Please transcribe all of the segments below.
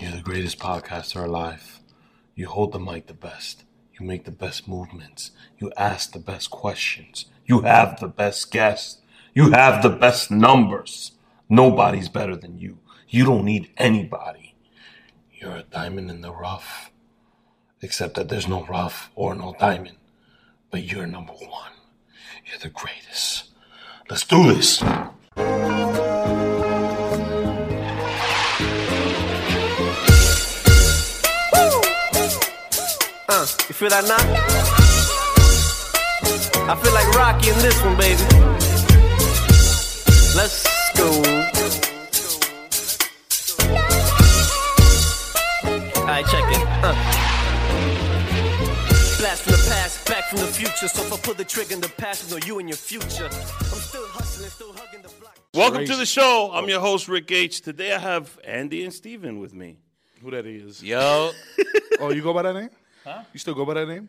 You're the greatest podcaster alive. You hold the mic the best. You make the best movements. You ask the best questions. You have the best guests. You have the best numbers. Nobody's better than you. You don't need anybody. You're a diamond in the rough. Except that there's no rough or no diamond. But you're number one. You're the greatest. Let's do this. Uh, you feel that knock? I feel like Rocky in this one, baby. Let's go. Alright, check it. Uh. Blast from the past, back from the future. So if I pull the trigger in the past, no you in your future. I'm still hustling, still hugging the block. Welcome to the show. Oh. I'm your host, Rick H. Today I have Andy and Steven with me. who that is. Yo, Oh, you go by that name? Huh? You still go by that name?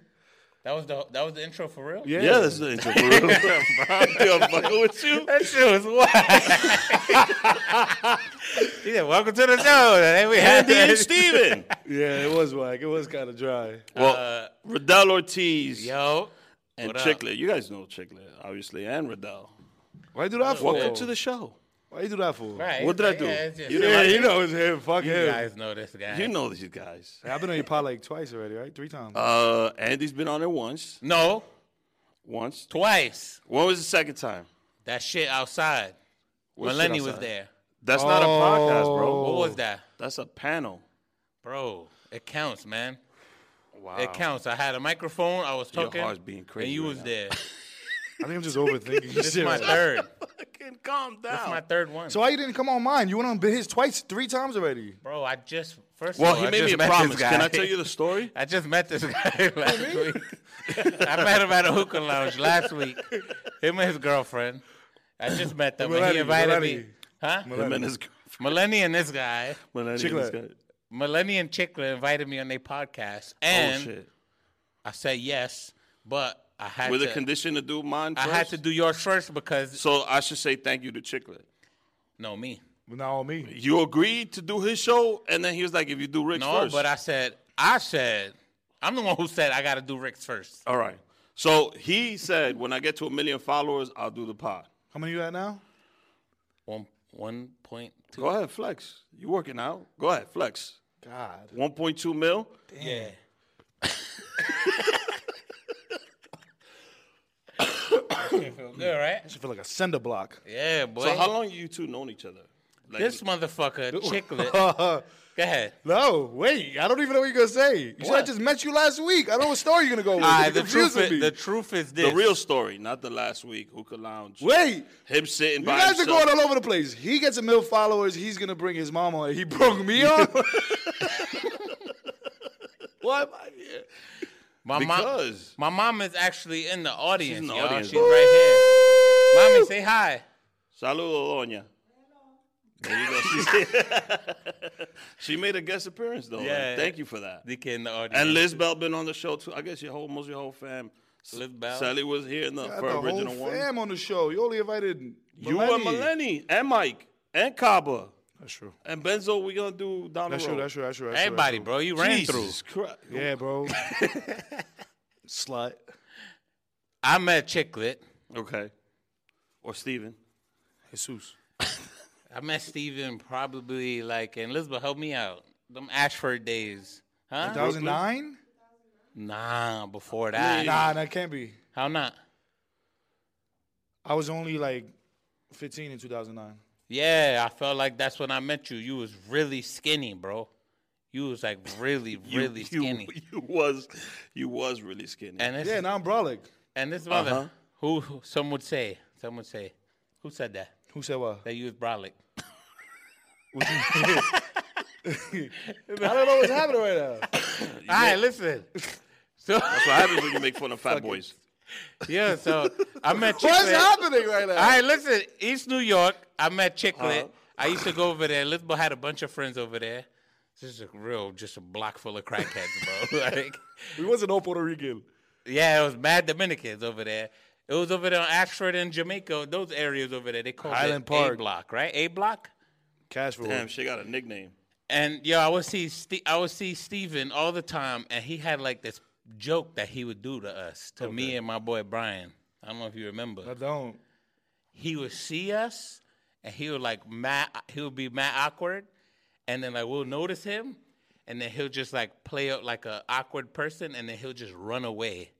that was the that was the intro for real. Yeah. Yeah, that's the intro. For real. Yo, I'm fucking with you. That shit was wild. yeah, welcome to the show. Hey, we had Andy Uh, and this. Steven. Yeah, it was whack. It was kind of dry. Well, Riddell Ortiz Yo, and what up? Chicklet. You guys know Chicklet, obviously, and Riddell. Why you do that for? Welcome to the show. Why you do that for? right? What did I Yeah, do? it's just- You you, didn't- Yeah, you know it's him. Fuck him. guys know this guy. You know these guys. I've been on your pod like twice already, right? Three times. Uh, Andy's been on it once. no, Once. twice. When was the second time? That shit outside. What when shit Lenny was outside? Oh. there. That's not a Oh. podcast, bro. What was that, That's a panel. bro? It counts, man. Wow. It counts. I had a microphone. I was Your talking. heart's beating crazy And you right was now. there. I think I'm just overthinking This is shit. my third. Fucking calm This is my down. third one. so why you didn't come on mine? You went on his twice, three times already. bro, I just first. Well, of all, he I made just me a met this promise. guy. Can I tell you the Oh, story? I just met this guy last week. I met him at a hookah lounge last week. Him and his girlfriend. I just met them, and Melanie, he invited Melanie. me. Huh? Him and his girlfriend. Melanie and this guy, Melania Chicklet. was good. Melanie and Chickla invited me on their podcast, Oh, and shit. I said yes, but I had With to. a condition to do mine I first? had to do yours first because So I should say thank you to Chicklet. no me. But now on me. You agreed to do his show, and then he was like, if you do Rick's No, first. but I said I said I'm the one who said I got to do Rick's first. All right. So he said, when I get to a million followers, I'll do the pod. How many you at now? One one point two. Go ahead, flex. You working out. Go ahead, flex. God. 1.2 mil. Yeah. feel good, right? I should feel like a cinder block. Yeah, boy. So how long you two known each other? Like, this motherfucker, Chicklet. Go ahead. no, wait. I don't even know what you're going to say. You said I What? just met you last week. I don't know what story you're going to go with. All You're right, the truth, confusing is, me. the truth is this. the real story, not the last week. Hookah Lounge. wait. Him sitting You by guys himself. are going all over the place. He gets a mil followers. He's gonna bring his mama. on. He broke me on. Why am I here? my mom, Because. my mom is actually in the audience. in the y'all. audience. She's right here. Mommy, say hi. Saludo, Doña. There you go. She's- she made a guest appearance, though. Yeah. Yeah. Thank you for that. The kid in the audience. And Liz Bell been on the show too. I guess your whole most of your whole fam. Liz Bell. Sally was here in the, Got for the original whole one. fam on the show. You only invited You and Melanie and Mike and Kaba That's true. and Benzo. We gonna do down That's the true. road. That's true. That's true. That's true, Everybody, bro. You ran through. Jesus Christ. Yeah, bro. Slut. I met Chicklet. Okay. Or Steven. Jesus. I met Steven probably like, and Elizabeth, help me out. Them Ashford days. Huh? 2009? Nah, before that. Nah, that can't be. How not? I was only like 15 in 2009. Yeah, I felt like that's when I met you. You was really skinny, bro. You was like really, You- really you- skinny. You, was you was really skinny. and this Yeah, now I'm brolic. and this mother, Uh-huh. who who- some would say, some would say, who said that? Who said what? That you was brolic. I don't know what's happening right now. All right, listen. So That's what happens when you make fun of fat boys. yeah, so I met Chicklet. What's happening right now? All right, listen. East New York. I met Chicklet. Uh-huh. I used to go over there. Elizabeth had a bunch of friends over there. This is a real, just a block full of crackheads, bro. like, we wasn't all Puerto Rican. yeah, it was mad Dominicans over there. It was over there on Ashford and Jamaica, those areas over there. They called Highland it A Park. block, right? A block. Cash for Damn, she got a nickname. And yo, I would see Ste- I would see Steven all the time, and he had like this joke that he would do to us, to me and my boy Brian. I don't know if you I remember. don't. He would see us, and he would like mad. He would be mad awkward, and then like we'll notice him, and then he'll just like play up like a awkward person, and then he'll just run away,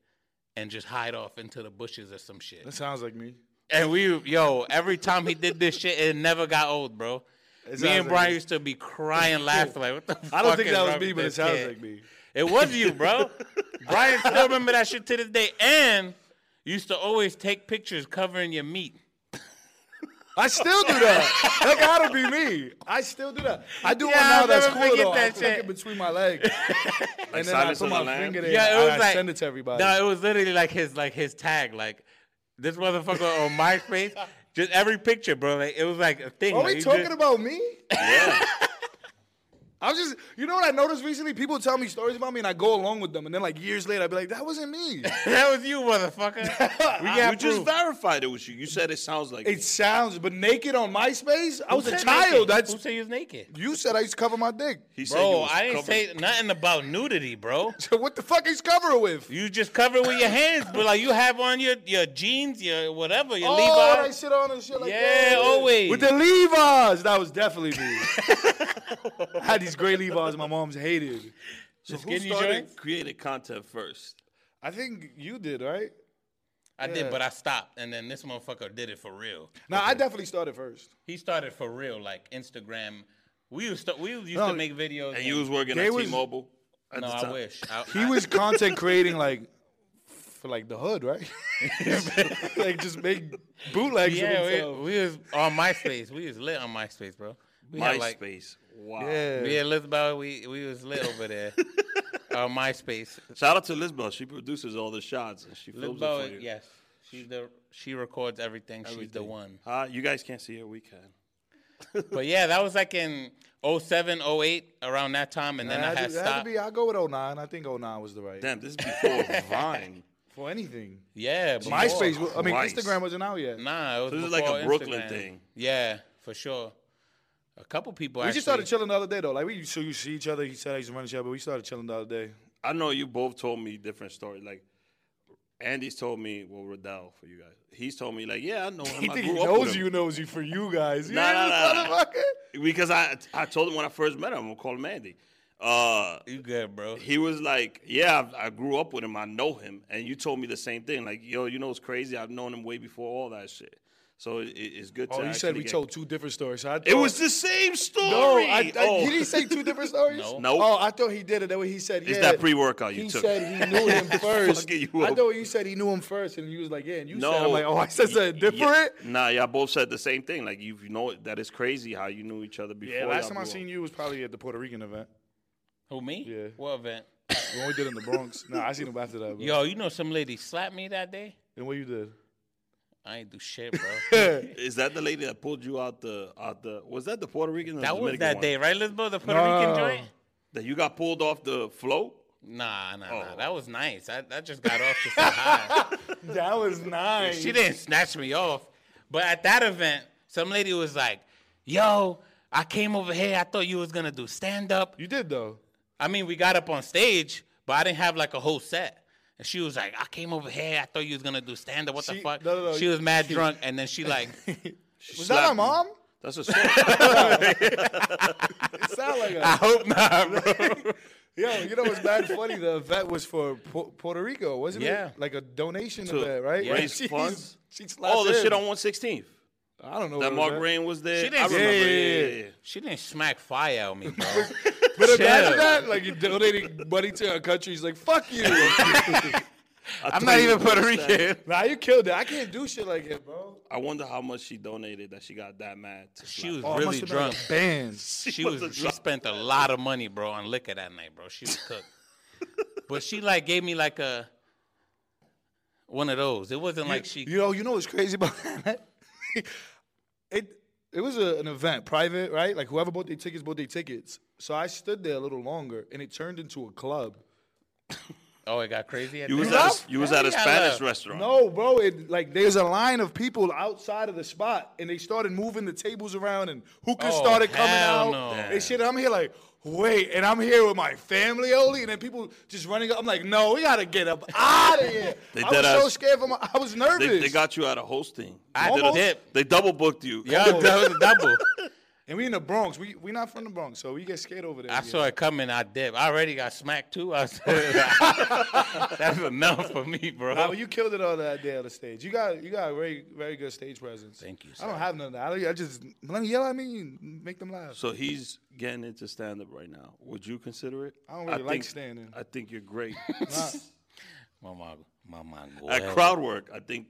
and just hide off into the bushes or some shit. That sounds like me. And we, yo, every time he did this shit, it never got old, bro. me sounds and Brian like me. used to be crying, laughing, like, what the fuck? I don't think is that wrong was me, with but it this sounds kid? like me. It was you, bro. Brian still remember that shit to this day. And you used to always take pictures covering your meat. I still do that. that gotta be me. I still do that. I do Yeah, one now I'll that's never cool forget though. I that flick shit. it between my legs, and then I Silence put of the my Lambs? finger there. Yeah, it and was I like send it to everybody. No, it was literally like his like his tag, like this motherfucker on MySpace. Just every picture, bro. Like it was like a thing. Are like, we you talking just- about me? Yeah. I was just, you know what I noticed recently? People tell me stories about me, and I go along with them, and then like years later, I'd be like, "That wasn't me." that was you, motherfucker. We got you just proof. verified it was you. You said it sounds like it me. sounds, but naked on MySpace, I Who was a said child. naked? That's who said you was naked. you said I used to cover my dick. He said you Bro, was I didn't covered- say nothing about nudity, bro. So what the fuck is cover it with? You just cover it with your hands, but like you have on your, your jeans, your whatever, your oh, when I Levi's. sit on and shit like that. Yeah, always. With the Levi's, that was definitely me. I had these gray Levi's my mom's hated. So Just who getting your started joints? creating content first? I think you did, right? I did, but I stopped, and then this motherfucker did it for real. No, I definitely started first. He started for real, like Instagram. We used to we used No, to make videos. And you was working They at was- T-Mobile. at no, the I time. wish. I, He was content creating like for like the hood, right? like just make bootlegs yeah, of yeah, we, himself. we was on MySpace. We was lit on MySpace, bro. We had like MySpace. Wow. yeah. yeah, Lisbon. We we was lit over there on MySpace. Shout out to Lisbon. She produces all the shots and she films it for Lisbon, you. yes, she's the she records everything. She's the one. Uh, you guys can't see her. We can. But yeah, that was like in 07, 08, around that time, and then I I had had to, it had to stopped. be. I go with 09. I think 09 was the right Damn, this is before Vine. for anything. yeah, before. MySpace. wa- I mean, Christ. Instagram wasn't out yet. Nah, it was So this is before like a Brooklyn Instagram. thing. Yeah, for sure. A couple people. We actually, just started chilling the other day though. Like we so you see each other. He said I used to run each other, but we started chilling the other day. I know you both told me different stories. Like Andy's told me, well, Riddell for you guys. He's told me like, yeah, I know him. He I think grew he up knows with you, him. knows you for you guys. You Nah, hear nah, this nah, nah. motherfucker? because I I told him when I first met him. I'm gonna call him Andy. Uh, You good, bro? he was like, yeah, I, I grew up with him. I know him. And you told me the same thing. Like, yo, you know what's crazy? I've known him way before all that shit. So it, it- it's good. Oh, to you said actually we get- told two different stories. So I It thought- was the same story. No, I, I, oh. did he say two different stories? No. Nope. Oh, I thought he did it. That way he said, yeah. It's that pre-workout you He took. said he knew him first. Fucking you I up. thought you said he knew him first, and he was like, yeah. And you No, said, I'm like, oh, I said something Y- different? Yeah, nah, y'all both said the same thing. Like you, you know that is crazy how you knew each other before. Yeah, last y'all time I grew seen up. you was probably at the Puerto Rican event. Who me? Yeah. What event? The one we did in the Bronx. nah, I seen him after that. Bro. Yo, you know some lady slapped me that day. And what you did? I ain't do shit, bro. Is that the lady that pulled you out the out the? Was that the Puerto Rican? Or that the was Dominican that one? day, right, Lisbon? The Puerto No. Rican joint. that you got pulled off the float. Nah, nah, Oh. nah. That was nice. I, I just got off to say hi. That was nice. She didn't snatch me off. But at that event, some lady was like, yo, I came over here. I thought you was going to do stand up. You did, though. I mean, we got up on stage, but I didn't have like a whole set. And she was like, I came over here. I thought you was going to do stand up. What the She- fuck? no, no, no. she was mad drunk. And then she like, Was that my mom? That's a story. It sounded like I a. hope not, bro. Yo, you know what's bad funny? The event was for Pu- Puerto Rico, wasn't Yeah. it? Like a donation To event, right? raise She's- funds? She slapped oh, the in. shit on 116th. I don't know. That what it Mark was Rain was there. She didn't I say- remember. Yeah, Yeah, yeah, yeah, yeah. yeah. she didn't smack fire at me, bro. But Chill. imagine that, like you're donating money to a country. He's like, "Fuck you." I'm not even Puerto Rican. nah, you killed it. I can't do shit like it, bro. I wonder how much she donated that she got that mad. to She slap. was Oh, I really must've been drunk. like a band. she was was a she spent a lot of money, bro, on liquor that night, bro. She was cooked. but she like gave me like a one of those. It wasn't like she Yo, you know what's crazy about that? it it was a, an event, private, right? Like whoever bought their tickets bought their tickets. So I stood there a little longer, and it turned into a club. Oh, it got crazy. At You was that? at left? a, you was Yeah, at a yeah, Spanish left. restaurant. No, bro. It like there's a line of people outside of the spot, and they started moving the tables around, and hookahs Oh, started coming out. hell no. And shit, I'm here like, wait, and I'm here with my family only, and then people just running up. I'm like, no, we gotta get up out of here. They I dead was so ass- scared for my. I was nervous. They, they got you out of hosting. I They did a- dip. They double booked you. Yeah, that was a double. and we in the Bronx. We we not from the Bronx, so we get scared over there. I yeah. saw it coming. I dip. I already got smacked too. I was that's enough for me, bro. Nah, but you killed it all that day on the stage. You got you got a very very good stage presence. Thank you, I sir. don't have none of that. I, don't- I just let me yell at me and make them laugh. So he's getting into stand up right now. Would you consider it? I don't really like stand-in. I think you're great. Mama, mama, At crowd work, I think.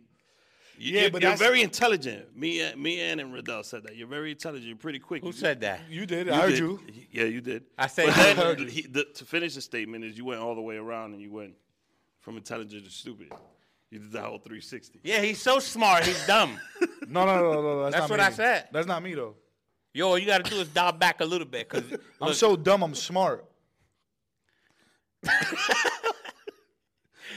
Yeah, you're, but you're that's- very intelligent. Me, and- me, and and Riddell said that you're very intelligent. You're pretty quick. Who You- said that? You did. I heard did. you. Yeah, you did. I said But you then heard. he- the- to finish the statement is you went all the way around and you went from intelligent to stupid. You did the whole 360. Yeah, he's so smart. He's dumb. No, no, no, no, no. That's, That's not what me. I said. That's not me though. Yo, all you got to do is dial back a little bit, cause I'm look, so dumb. I'm smart.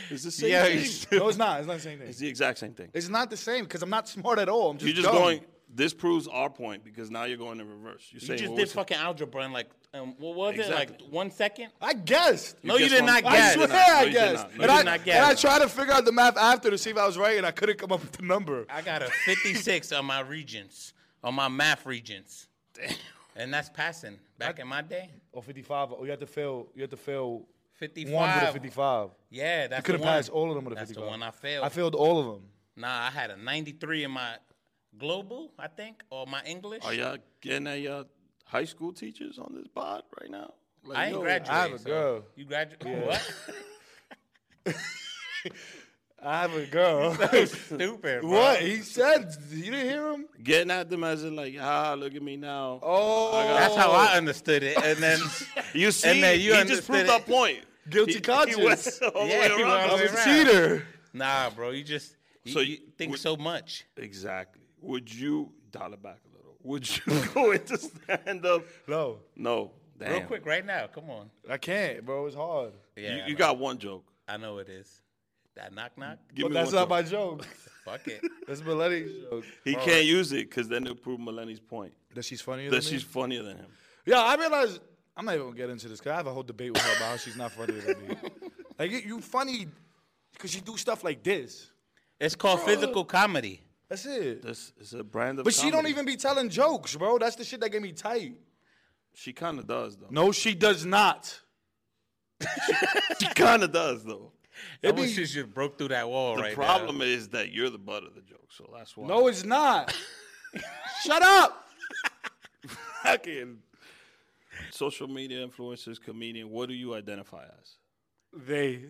It's the same yeah, thing. he's- No, it's not. It's not the same thing. It's the exact same thing. It's not the same because I'm not smart at all. I'm just You're just dumb. going. This proves our point because now you're going in reverse. You're you saying just what did was- fucking algebra in like um, what was it? Exactly. Like one second? I guessed. No, you guessed did wrong. not I I guess. swear, No, you I did guessed. not. No, and, you I, did not and I guess. tried to figure out the math after to see if I was right, and I couldn't come up with the number. I got a 56 on my regents, on my math regents. Damn. And that's passing. Back in my day, Or 55. Or Oh, you have to fail. You have to fail 55. one with a 55. Yeah, that's I could the have one. passed all of them with a That's 55. the one I failed. I failed all of them. Nah, I had a 93 in my global, I think, or my English. Are y'all getting at y'all high school teachers on this pod right now? Like, I ain't yo, graduated. I have a so girl. You graduated? What? I have a girl. Stupid. Bro. what? He said, you didn't hear him? Getting at them as in like, ah, look at me now. Oh, That's how I understood it. And then, You see, And then you he just understood proved it. our point. Guilty He- he conscience. went all the Yeah, way he went around. all the I'm way a around. cheater. nah, bro, you just you, So so you- you think would- so much. Exactly. Would you dial it back a little? Would you go into stand up? No, No. Damn. Real quick, right now. Come on. I can't, bro. It's hard. Yeah, you, you got one joke. I know it is. That knock knock. Give But me that's one not joke. my joke. Fuck it. That's Melania's joke. He can't use it because then it'll prove Melanie's point That she's funnier that than she's me. funnier than him. Yeah, I realize I'm not even gonna get into this because I have a whole debate with her about how she's not funnier than me. Like you, you funny because you do stuff like this. It's called physical comedy. That's it. This is a brand of. but she don't comedy. even be telling jokes, bro. That's the shit that get me tight. She kind of does though. No, she does not. she kind of does though. I be- wish she just broke through that wall The right problem is that you're the butt of the joke, so that's why. No, it's not. Shut up. fucking social media influencers, comedian. What do you identify as? They,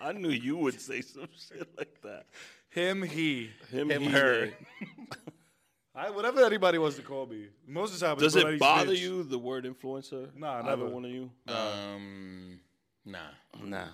I knew you would say some shit like that. him, he. Him, Him, he, her. they. I, whatever anybody wants to call me. Most of the time, it's Does it Melania's bother bitch. you the word influencer? Nah, neither never. one of you. now. Um, nah. Nah.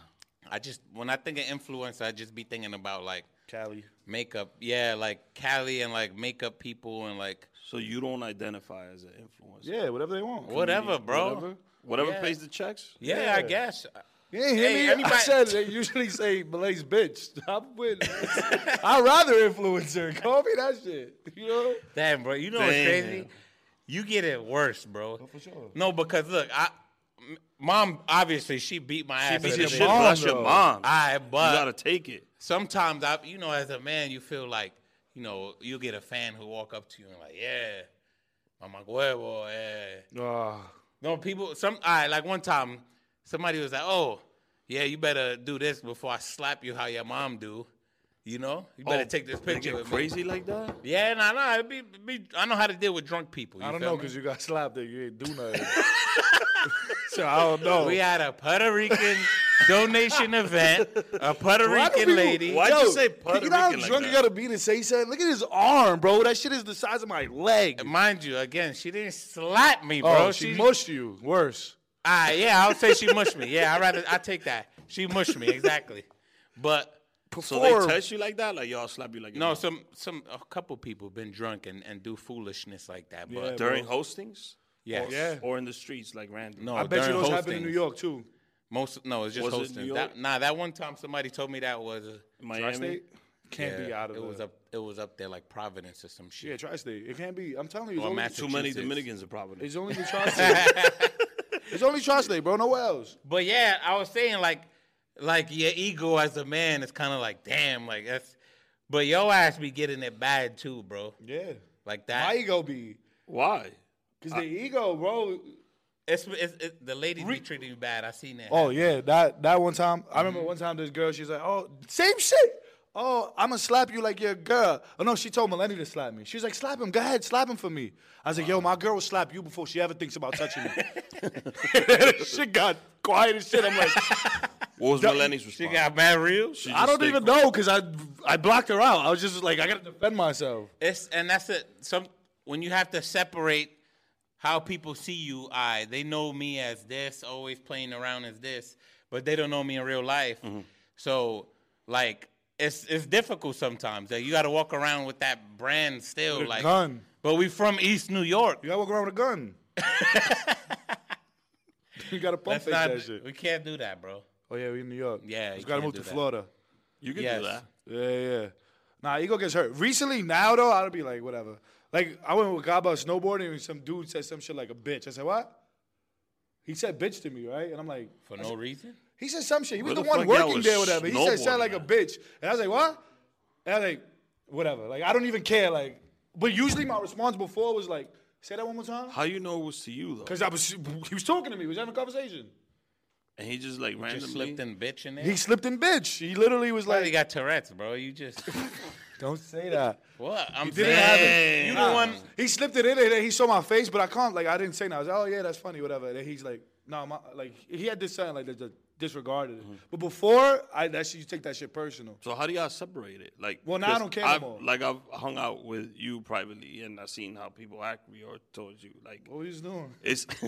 I just when I think of influencer, I just be thinking about like Callie? makeup. Yeah, like Cali and like makeup people and like So you don't identify as an influencer. Yeah, whatever they want. whatever, bro. Whatever, whatever Yeah. pays the checks. Yeah, I Yeah. guess. You didn't hear Hey, me? I anybody- said they usually say Malay's bitch. I'm with. I'd rather influencer. Call me that shit. You know? Damn, bro. You know what's Damn. crazy? You get it worse, bro. Oh, for sure. No, because look, I m- mom obviously she beat my She ass. beat the your shit. other day. mom, but That's your though. mom. I you but gotta take it. sometimes I, you know, as a man, you feel like, you know, you get a fan who walk up to you and like, yeah, I'm like, huevo, yeah. Ah, No, people, some, all right, like one time, somebody was like, oh, yeah, you better do this before I slap you how your mom do. You know, you better Oh, take this They picture get with me. crazy like that. Yeah, nah, nah, it'd be, it'd be, I know how to deal with drunk people. You I don't feel know me? because you got slapped and you ain't do nothing. so I don't know. we had a Puerto Rican donation event, a Puerto Why do Rican people- lady. Why- Why'd you say Puerto You know how Rican like drunk you that? gotta be to say something? Look at his arm, bro. That shit is the size of my leg. Mind you, again, she didn't slap me, bro. oh, she, mushed you. Worse. Ah, yeah, I would say she mushed me. Yeah, I rather I take that. She mushed me exactly. But So Before- they test you like that, like y'all slap you like your no, mom? some some a couple people been drunk and, and do foolishness like that. But Yeah, during hostings yes. Yeah. or in the streets like random. no, I bet you during those happen in hostings. New York too. Most no, it's just Was it hosting. New that, York? nah, that one time somebody told me that was Miami. Tri-state can't be yeah, out of it the- was up it was up there like Providence or some Yeah, shit. tri-state. It can't be. I'm telling you, it's Or only, Mass- Too many Massachusetts. Dominicans are probably. it's only the tri-state. it's only tri-state, bro. Nowhere else. But yeah, I was saying like, like your ego as a man is kind of like, damn, like that's. But your ass be getting it bad too, bro. Yeah. Like My that. ego be. Why? Cause the ego, bro. It's, it's, it- the ladies be treating you bad. I seen that. Oh yeah, that that one time. I remember one time this girl. She's like, oh, same shit. Oh, I'ma slap you like your girl. Oh no, she told Melanie to slap me. She's like, slap him. Go ahead, slap him for me. I was like, yo, my girl will slap you before she ever thinks about touching me. shit got quiet as shit. I'm like, What was Melanie's she response? got bad real. She I just don't stayed even cool. know because I I blocked her out. I was just like, I gotta defend myself. It's and that's it. Some when you have to separate how people see you. I they know me as this, always playing around as this, but they don't know me in real life. Mm-hmm. So like it's it's difficult sometimes. Like, you got to walk around with that brand still. With a like, gun. but we from East New York. You gotta walk around with a gun. you gotta pump That's fake not. that shit. We can't do that, bro. Oh yeah, we in New York. Yeah, you you gotta can't move do to that. Florida. You can Yes. do that. Yeah, yeah. Nah, ego gets hurt. Recently, now though, I'd be like, whatever. Like I went with Gaba snowboarding, and some dude said some shit like a bitch. I said what? He said bitch to me, right? And I'm like, For no reason. he said some shit. He was Where the, the one fuck y'all working was there, whatever. He said sound snowboarding like a at? bitch, and I was like, what? And I was like, whatever. Like I don't even care. Like, but usually my response before was like, say that one more time. How you know it was to you though? Cause I was, he was talking to me. We was having a conversation. And he just like randomly. Just slipped in bitch in there. He slipped in bitch. He literally was Probably like, got Tourette's, bro. You just don't say that. what? I'm He didn't have it. saying. You the one. He slipped it in and then he saw my face, but I can't. Like I didn't say. nothing. I was like, oh yeah, that's funny, whatever. And then he's like, no, my, like he had this sign like that that disregarded it. Mm-hmm. But before, I that shit, you take that shit personal. So how do y'all separate it? Like, Well, now I 'cause don't care no I've, more. Like I've hung out with you privately, and I've seen how people act or towards you. Like What was he doing? it's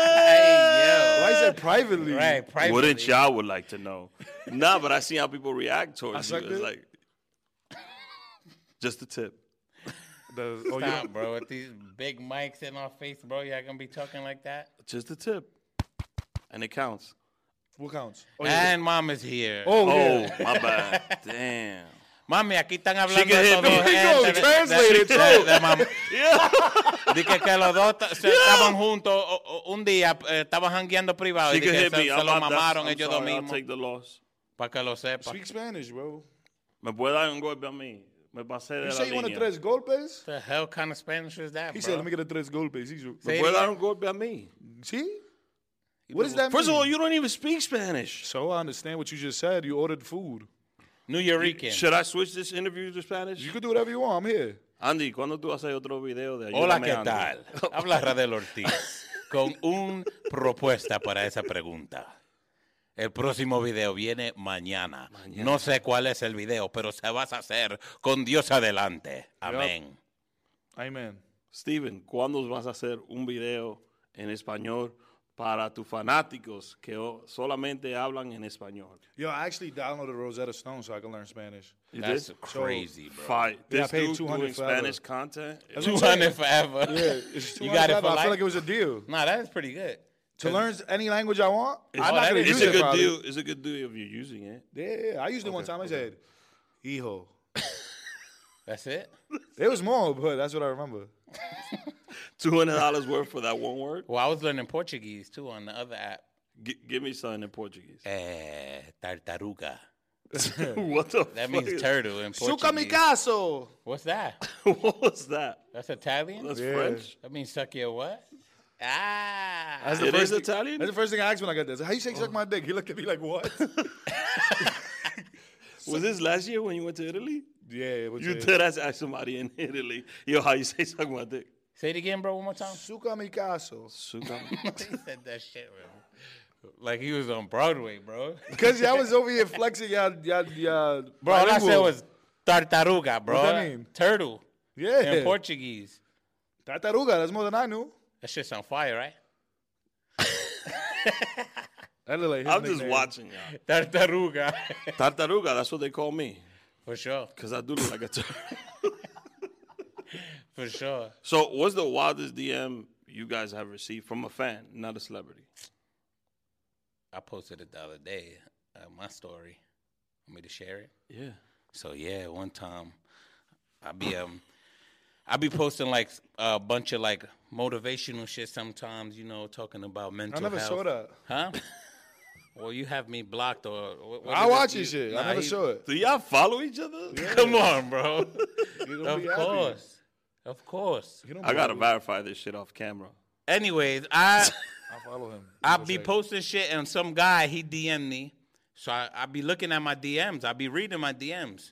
Hey, Why is that privately? yo. Right. Privately. wouldn't y'all would like to know? nah, but I see how people react towards I you. sucked It's it? like just a tip. The- oh, you- Stop, bro. With these big mics in our face, bro, y'all gonna be talking like that? Just a tip. And it counts. what counts? Ah. Oh, yeah. And mama's here. oh, Oh, yeah. my bad. Damn. Mami, aquí están She hablando can hit estos dos me. gentes Yo, de- translate de- it, de- bro. de mam- Dije que los dos ta- se estaban juntos o- o- un día, eh, estaban jangueando privado. She Y can dije, hit se, me. se I'm, lo I'm, that's- mamaron I'm ellos dos sorry. I'll mismos. take the loss. Para que lo sepa. Speak Spanish, bro. Me puede engorbe a mí. Me pasé de You la say you want a línea. tres golpes? the hell kind of Spanish is that, He bro? said, let me get a tres golpes. He's, Say it Puede again. engorbe a mí. see? What does that mean? First of all, you don't even speak Spanish. So I understand what you just said. You ordered food. New Yorican. Should I switch this interview to Spanish? You can do whatever you want. I'm here. Andy, ¿cuándo tú haces otro video de Hola, Ayúdame, ¿qué Andy? tal? Habla Radel Ortiz con un propuesta para esa pregunta. El próximo video viene mañana. No sé cuál es el video, pero se vas a hacer con Dios adelante. Amén. Amen. Steven, ¿cuándo vas a hacer un video en español para tus fanáticos que o- solamente hablan en español? Yo, I actually downloaded Rosetta Stone so I can learn Spanish. You That's did? crazy, bro. Fight. Yeah, I This paid dude 200 doing for that. Spanish content. That's what I'm 200 saying. forever. Yeah, it's you got it for $200. I life? feel like it was a deal. Nah, that is pretty good. To learn any language I want, oh, I'm not that gonna is- use It's You a it. good probably. deal. It's a good deal if you're using it. Yeah, yeah, I used it one time. I said, "Hijo." That's it? There was more, but that's what I remember. $200 worth for that one word? Well, I was learning Portuguese too on the other app. G- give me something in Portuguese. Eh, tartaruga. what the fuck That means is- turtle in Suka mi Portuguese. caso. What's that? What was that? That's Italian? That's Yeah. French? That means suck your what? Ah. That's It is thing- Oh. Italian? That's the first thing I asked when I got this. How you say suck my dick? He looked at me like, "What?" Was this last year when you went to Italy? yeah, it was You a- dead ass asked somebody in Italy, yo, how you say suck my dick? Say it again, bro, one more time. Suka mi caso. he said that shit, bro. Like he was on Broadway, bro. Because y'all was over here flexing y'all, y'all, y'all. Bro, all I bilingual. said was tartaruga, bro. What that mean? Turtle yeah. in Portuguese. Tartaruga. That's more than I knew. That shit's on fire, right? That look like his I'm just nickname. watching y'all. Tartaruga. Tartaruga, that's what they call me. For sure. Because I do look like a turtle. For sure. so, what's the wildest DM you guys have received from a fan, not a celebrity? I posted it the other day, uh, my story. Want me to share it? Yeah. So yeah, one time I be um I be posting like a bunch of like motivational shit sometimes, you know, talking about mental I never health. saw that. Huh? well, you have me blocked or what, what I is it? watch You- your shit. I Nah, never you- saw it. Do y'all follow each other? Come on, bro. You don't of be happy. course. Of course. You don't I be gotta happy. verify this shit off camera. Anyways, I I follow him. I be posting shit and some guy he DM me, so I, I be looking at my DMs. I be reading my DMs,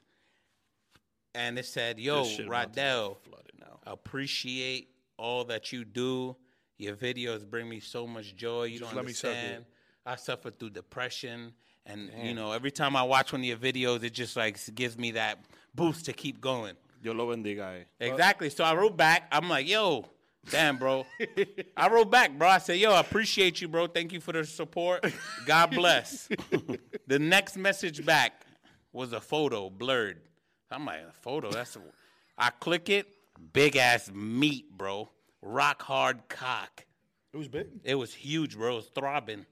and it said, "Yo, This shit about to get Rodell, flooded now. appreciate all that you do. Your videos bring me so much joy. You don't let me suck it. understand. I suffer through depression, and you know every time I watch one of your videos, it just like gives me that boost to keep going. Yo lo bendiga. eh. Exactly. So I wrote back. I'm like, yo, damn, bro. I wrote back, bro. I said, yo, I appreciate you, bro. Thank you for the support. God bless. the next message back was a photo, blurred. I'm like, a photo? That's. A... I click it, big ass meat, bro. Rock hard cock. It was big. It was huge, bro. It was throbbing.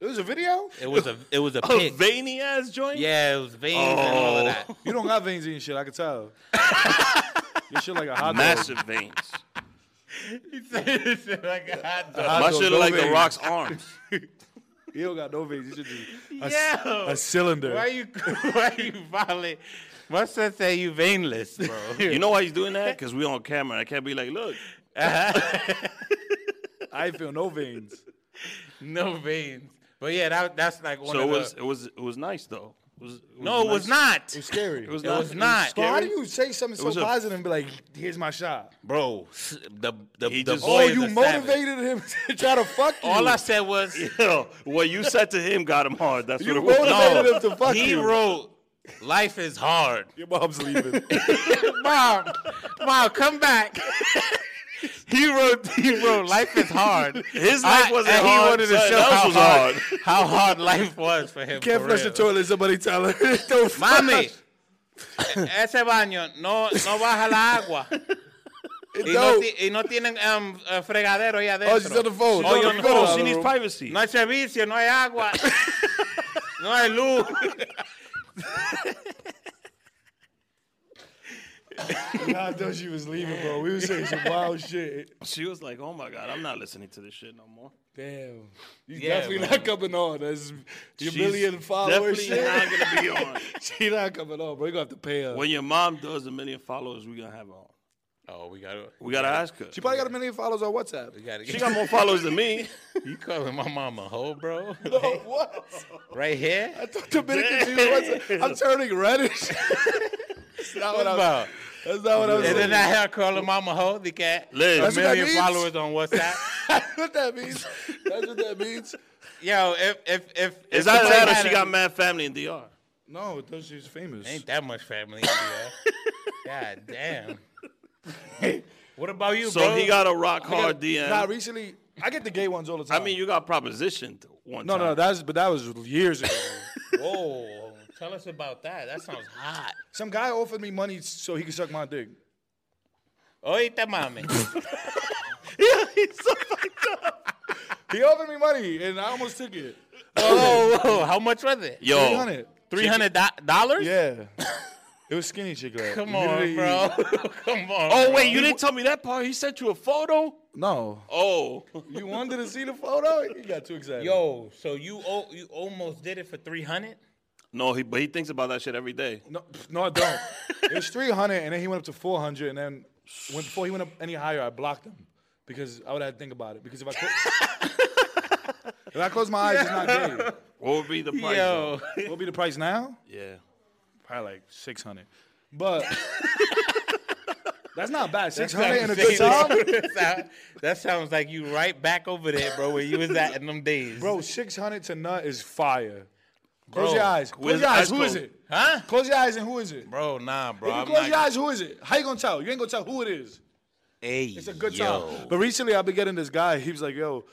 It was a video. It was a it was a A pig. veiny ass joint? Yeah, it was veins and all of that. You don't got veins in your shit. I can tell. your shit like a hot dog. Massive veins. He said it sounded like a hot dog. Hot My dog, shit no look like the veins. Rock's arms. You don't got no veins. You should be a, s- Yo. a cylinder. Why you why you violent? My son say you veinless, bro. You know why he's doing that? Because we on camera. I can't be like, look, I ain't feel no veins. no veins. But yeah, that, that's like one So of it was the. it was it was nice though. It was, it was No, it was nice. not, It's scary. It was It not. was not. so how do scary. you say something so was a- positive and be like, "Here's my shot"? bro. s- The the, He the just- Oh, boy is you a savage. motivated him to try to fuck you. All I said was Yo, what you said to him got him hard. That's You what it was. Oh, both- motivated him to no. fuck He you. wrote, "Life is hard." Your mom's leaving. Mom, mom, come back. He wrote, he wrote, life is hard. His life I- wasn't and hard, He wanted to son. show That how was hard, hard. how hard life was for him. Can't for flush the real. toilet. Somebody tell her. Don't flush. Mami, E-, ese baño no, no baja la agua. Y no, No. ti- y no tienen um, uh, fregadero ahí adentro. Oh, she's on the phone. Oh, She's you're on on the the phone. she needs privacy. No hay servicio, no hay agua. no hay luz. I thought she was leaving, bro. We were saying some wild shit. She was like, "Oh my god, I'm not listening to this shit no more." Damn. You Yeah, definitely man. not coming on. That's your She's million followers Definitely shit. not gonna be on. she not coming on, bro. You gonna have to pay her. when your mom does a million followers, we gonna have her on. Oh, we got to. We gotta ask her. she probably got a million followers on WhatsApp. We gotta She get, got more followers than me. you calling my mom a hoe, bro? what? right here? I thought Dominicans use WhatsApp. I'm turning reddish. that's not what, What I was. about? That's not what I was. And then I had calling mama hoe. They got a Liz, what that million means. followers on WhatsApp. That's what that means. That's what that means. Yo, if if if is that if somebody that or had she a- got mad family in DR? No, it does. She's famous. Ain't that much family in here. God damn. What about you, So bro? he got a rock I hard got- DM. Nah, recently I get the gay ones all the I time. mean, you got propositioned one Oh. no, time. no, no, that's but that was years ago. Whoa, tell us about that. That sounds hot. Some guy offered me money so he could suck my dick. Oita, mami. He offered me money and I almost took it. Oh, whoa, how much was it? Yo, 300. Three hundred dollars? Yeah. It was skinny chick lad. Come Literally- on, bro. Come on. Oh bro. wait, you didn't tell me that part. He sent you a photo. No. Oh, You wanted to see the photo? You got too excited. Yo, so you o- you almost did it for three hundred? no, he but he thinks about that shit every day. No, pff, no I don't. it was 300 and then he went up to 400 and then when, before he went up any higher, I blocked him because I would have to think about it because if I clo- if I close my eyes, it's not gay. What would be the price? Yo, What would be the price now? though? Yeah. Probably like 600. But that's not bad. 600 in a That good sounds- time? that sound- that sounds like you right back over there, bro, where you was at in them days. Bro, 600 to nut is fire. Close Bro, your eyes. Close with your eyes. eyes Who is closed. it? Huh? Close your eyes and who is it? Bro, nah, bro. if you I'm close not, your eyes, who is it? How you gonna tell? You ain't gonna tell who it is. Hey, It's a good yo. time. But recently, I've been getting this guy. He was like, "Yo,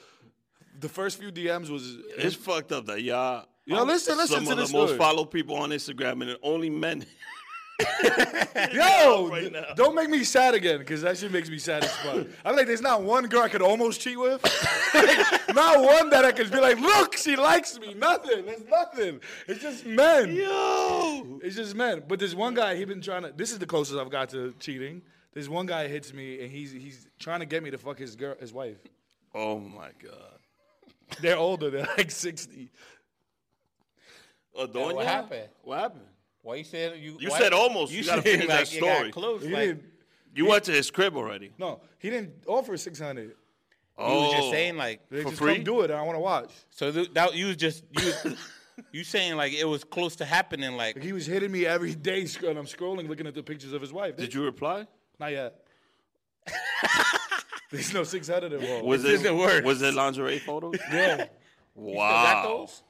the first few DMs was It's fucked up that y'all. Yo, listen- listen some to of this the most story. followed people on Instagram, and it only men. Yo, right d- now. don't make me sad again, because that shit makes me sad as fuck. I'm like, there's not one girl I could almost cheat with. not one that I could be like, look, she likes me. Nothing. There's nothing. It's just men. Yo. It's just men. But this one guy, he been trying to. This is the closest I've got to cheating. This one guy hits me, and he's he's trying to get me to fuck his girl, his wife. Oh my god. They're older. They're like sixty. Adonia? what happened? Oh, What happened? Why you said you? You why- said almost. You gotta said finish that you got story. Close. He like, didn't. You went to his crib already. No, he didn't offer six hundred. you Oh. was just saying like. They For just free? come do it. And I want to watch. So th- that you was just you. was- you saying like it was close to happening. Like Like, he was hitting me every day, sc- and I'm scrolling, looking at the pictures of his wife. Did you reply? Not yet. There's no six hundred involved. Was it isn't worse. was it lingerie photos? yeah, you got Wow. those?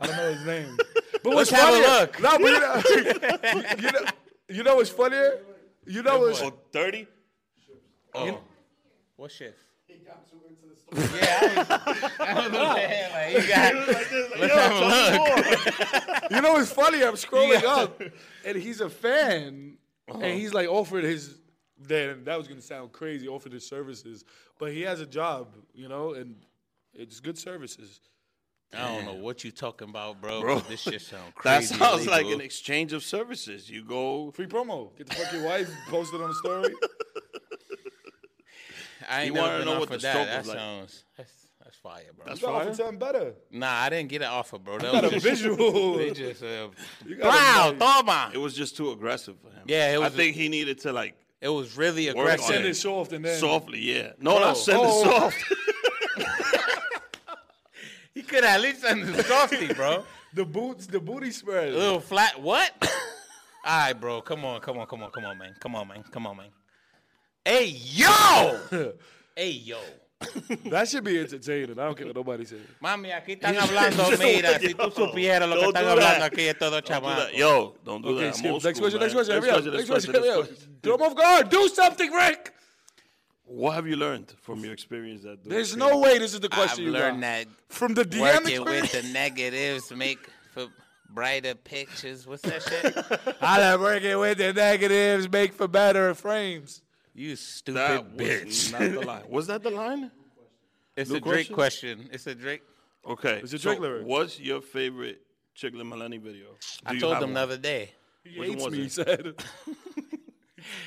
I don't know his name. But what's have a funnier- look. No, but you know, you know, you know what's funnier? You know what's Oh, 30? Oh. What shift? Yeah, I, I don't know. man, Like, you got, let's have a look. You know what's funny? I'm scrolling Yeah. up, and he's a fan, Uh-huh. and he's like offered his. Then that was gonna sound crazy. Offered his services, but he has a job, you know, and it's good services. I don't know what you talking about, bro. Bro. but This shit sound That crazy. sounds like illegal. an exchange of services. You go Free promo. Get the fuck your wife posted on the story. I ain't You wanna never been know offered what the that. stroke That was like. sounds that's that's fire, bro. You got offered something better. nah, I didn't get an offer, bro. That Got a was just, visual. they just uh, You got wow, a- toma. it was just too aggressive for him. Yeah, it was I a- think he needed to like It was really on it. Send aggressive. it soft and then softly, yeah. No, not send Oh. it soft. He could at least send the softy, bro. the boots, the booty spread. A little flat. What? All right, bro. Come on, come on, come on, come on, man. Come on, man. Come on, man. Hey yo. hey yo. That should be entertaining. I don't care what nobody says. Mami, aquí están hablando. Mira, si tú supieras lo que Don't están do hablando that. aquí es todo Don't do that. chamaco. Yo, don't do Okay, that. I'm skip. old Next school, question. man. Next question. Hurry up. Next question. Hurry up. next question. Throw him off guard. Do something, Rick. What have you learned from your experience at the There's no way this is the I've question you got. learned that from the DM working with experience. the negatives make for brighter pictures. What's that shit? I love working with the negatives, make for better frames. you stupid that bitch. Was not the line. Was that the line? It's New a Drake question? question. It's a Drake. Okay. It's a so Drake lyric. What's your favorite Chicklet Melanie video? Do I you told have them the one? other day. He Which hates one me. He was said,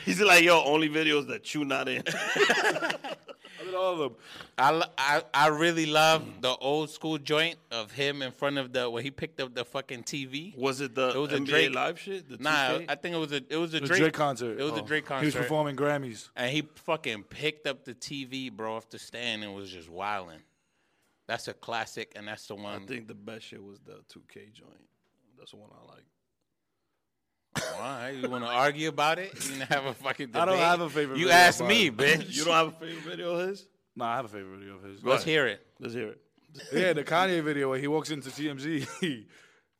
He's like, yo, only videos that you not in. I mean, all of them. I, lo- I, I really love the old school joint of him in front of the when he picked up the fucking TV. Was it the It was a NBA Drake. live shit? The Nah, 2K? I think it was a it was a The Drake, Drake concert. It was a Oh. Drake He was concert, performing Grammys. and he fucking picked up the TV, bro, off the stand and was just wilding. That's a classic, and that's the I one. think the best shit was the 2K joint. That's the one I like. Why you want to argue about it? You gonna have a fucking debate? I don't have a favorite You video asked about me, it. bitch. You don't have a favorite video of his? Nah, I have a favorite video of his. Let's ahead. hear it. Let's hear it. Yeah, the Kanye video where he walks into TMZ.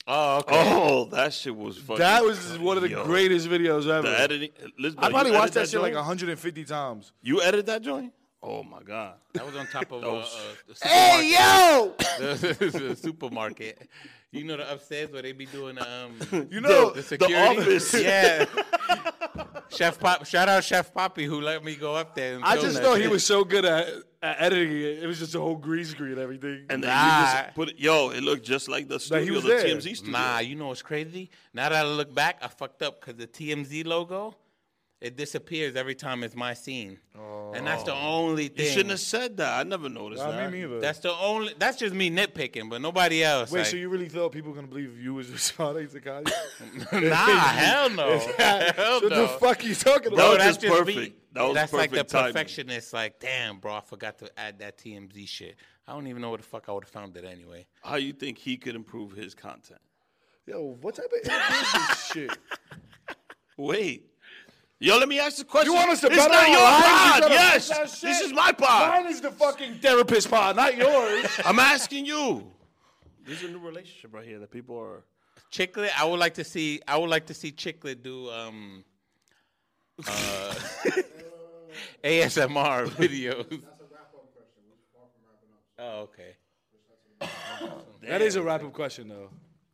Oh, okay. Oh, that shit was fucking. that was one of the yo, greatest videos ever. The editing. Lisbon, I you probably watched edit that, shit like joint? 150 times. You edited that joint? Oh my god. That was on top of uh, a, was- a, supermarket. Hey yo! supermarket. You know the upstairs where they be doing um You know, the security. office. Yeah. Chef Pop, shout out Chef Poppy who let me go up there. And I film just that know he shit. was so good at, at editing it. It was just a whole green screen and everything. And then you Nah. just put it, yo, it looked just like the Like, he studio, was the there. TMZ studio. Nah, you know what's crazy? Now that I look back, I fucked up because the TMZ logo it disappears every time it's my scene, and that's the Oh. only You thing. shouldn't have said that. I never noticed I that. mean, me neither. that's the only. That's just me nitpicking, but nobody else. Wait, like- so you really thought people were gonna believe you was responding to Kanye? Nah, hell no. hell what no. the fuck you talking Bro, was that- about? that's just just perfect. me. That was that's like the perfect timing. perfectionist. Like, damn, bro, I forgot to add that TMZ shit. I don't even know where the fuck I would have found it anyway. How you think he could improve his content? Yo, what type of interview is this shit? Wait. Yo, let me ask the question. want us to It's better not our your lives? You pod. gotta Yes, fix our this shit. is my pod. Mine is the fucking therapist pod, not yours. I'm asking you. There's a new relationship right here that people are. Chicklet, I would like to see. I would like to see Chicklet do um, uh, ASMR videos. Oh, okay. that is a wrap up question though.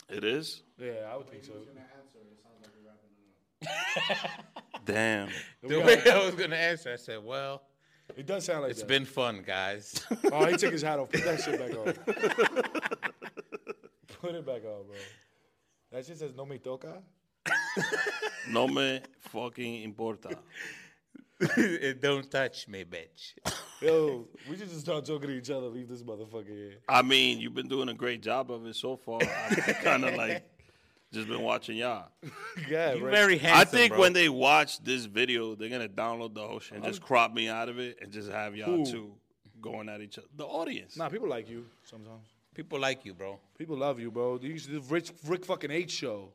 It is. Yeah, I would think so. Damn. The way I was gonna answer, I said, "Well, It does sound like it's that. been fun, guys." oh, he took his hat off. Put that shit back on. Put it back on, bro. That shit says no me toca. No me fucking importa. Don't touch me, bitch. Yo, we should just start talking to each other. Leave this motherfucker here. I mean, you've been doing a great job of it so far. I've kind of like just been watching y'all. Yeah, You're right. very I handsome. think bro. when they watch this video, they're gonna download the whole shit and just crop me out of it and just have y'all Who? two going at each other. The audience. nah, people like you sometimes. people like you, bro. People love you, bro. You used to do Rich, Rick fucking H show.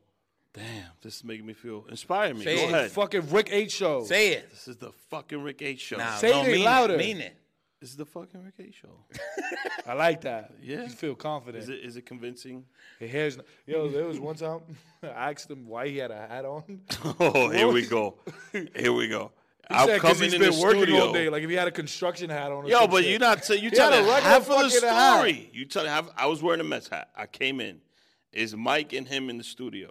Damn, this is making me feel inspire me. Say Go it. ahead. Fucking Rick H show. Say it. This is the fucking Rick A show. Nah, Say no, it mean louder. It, mean it. This is the fucking Rick A show. I like that. Yeah. You feel confident. Is it is it convincing? His hair's not, yo, there was one time I asked him why he had a hat on. Oh, here we go. Here we go. He I'm said 'cause coming he's in been the working studio. all day. Like if he had a construction hat on. Or Yo, some but shit. you not say you He tell had a a regular half of the fucking hat. story. You tell half. I was wearing a mess hat. I came in. It's Mike and him in the studio.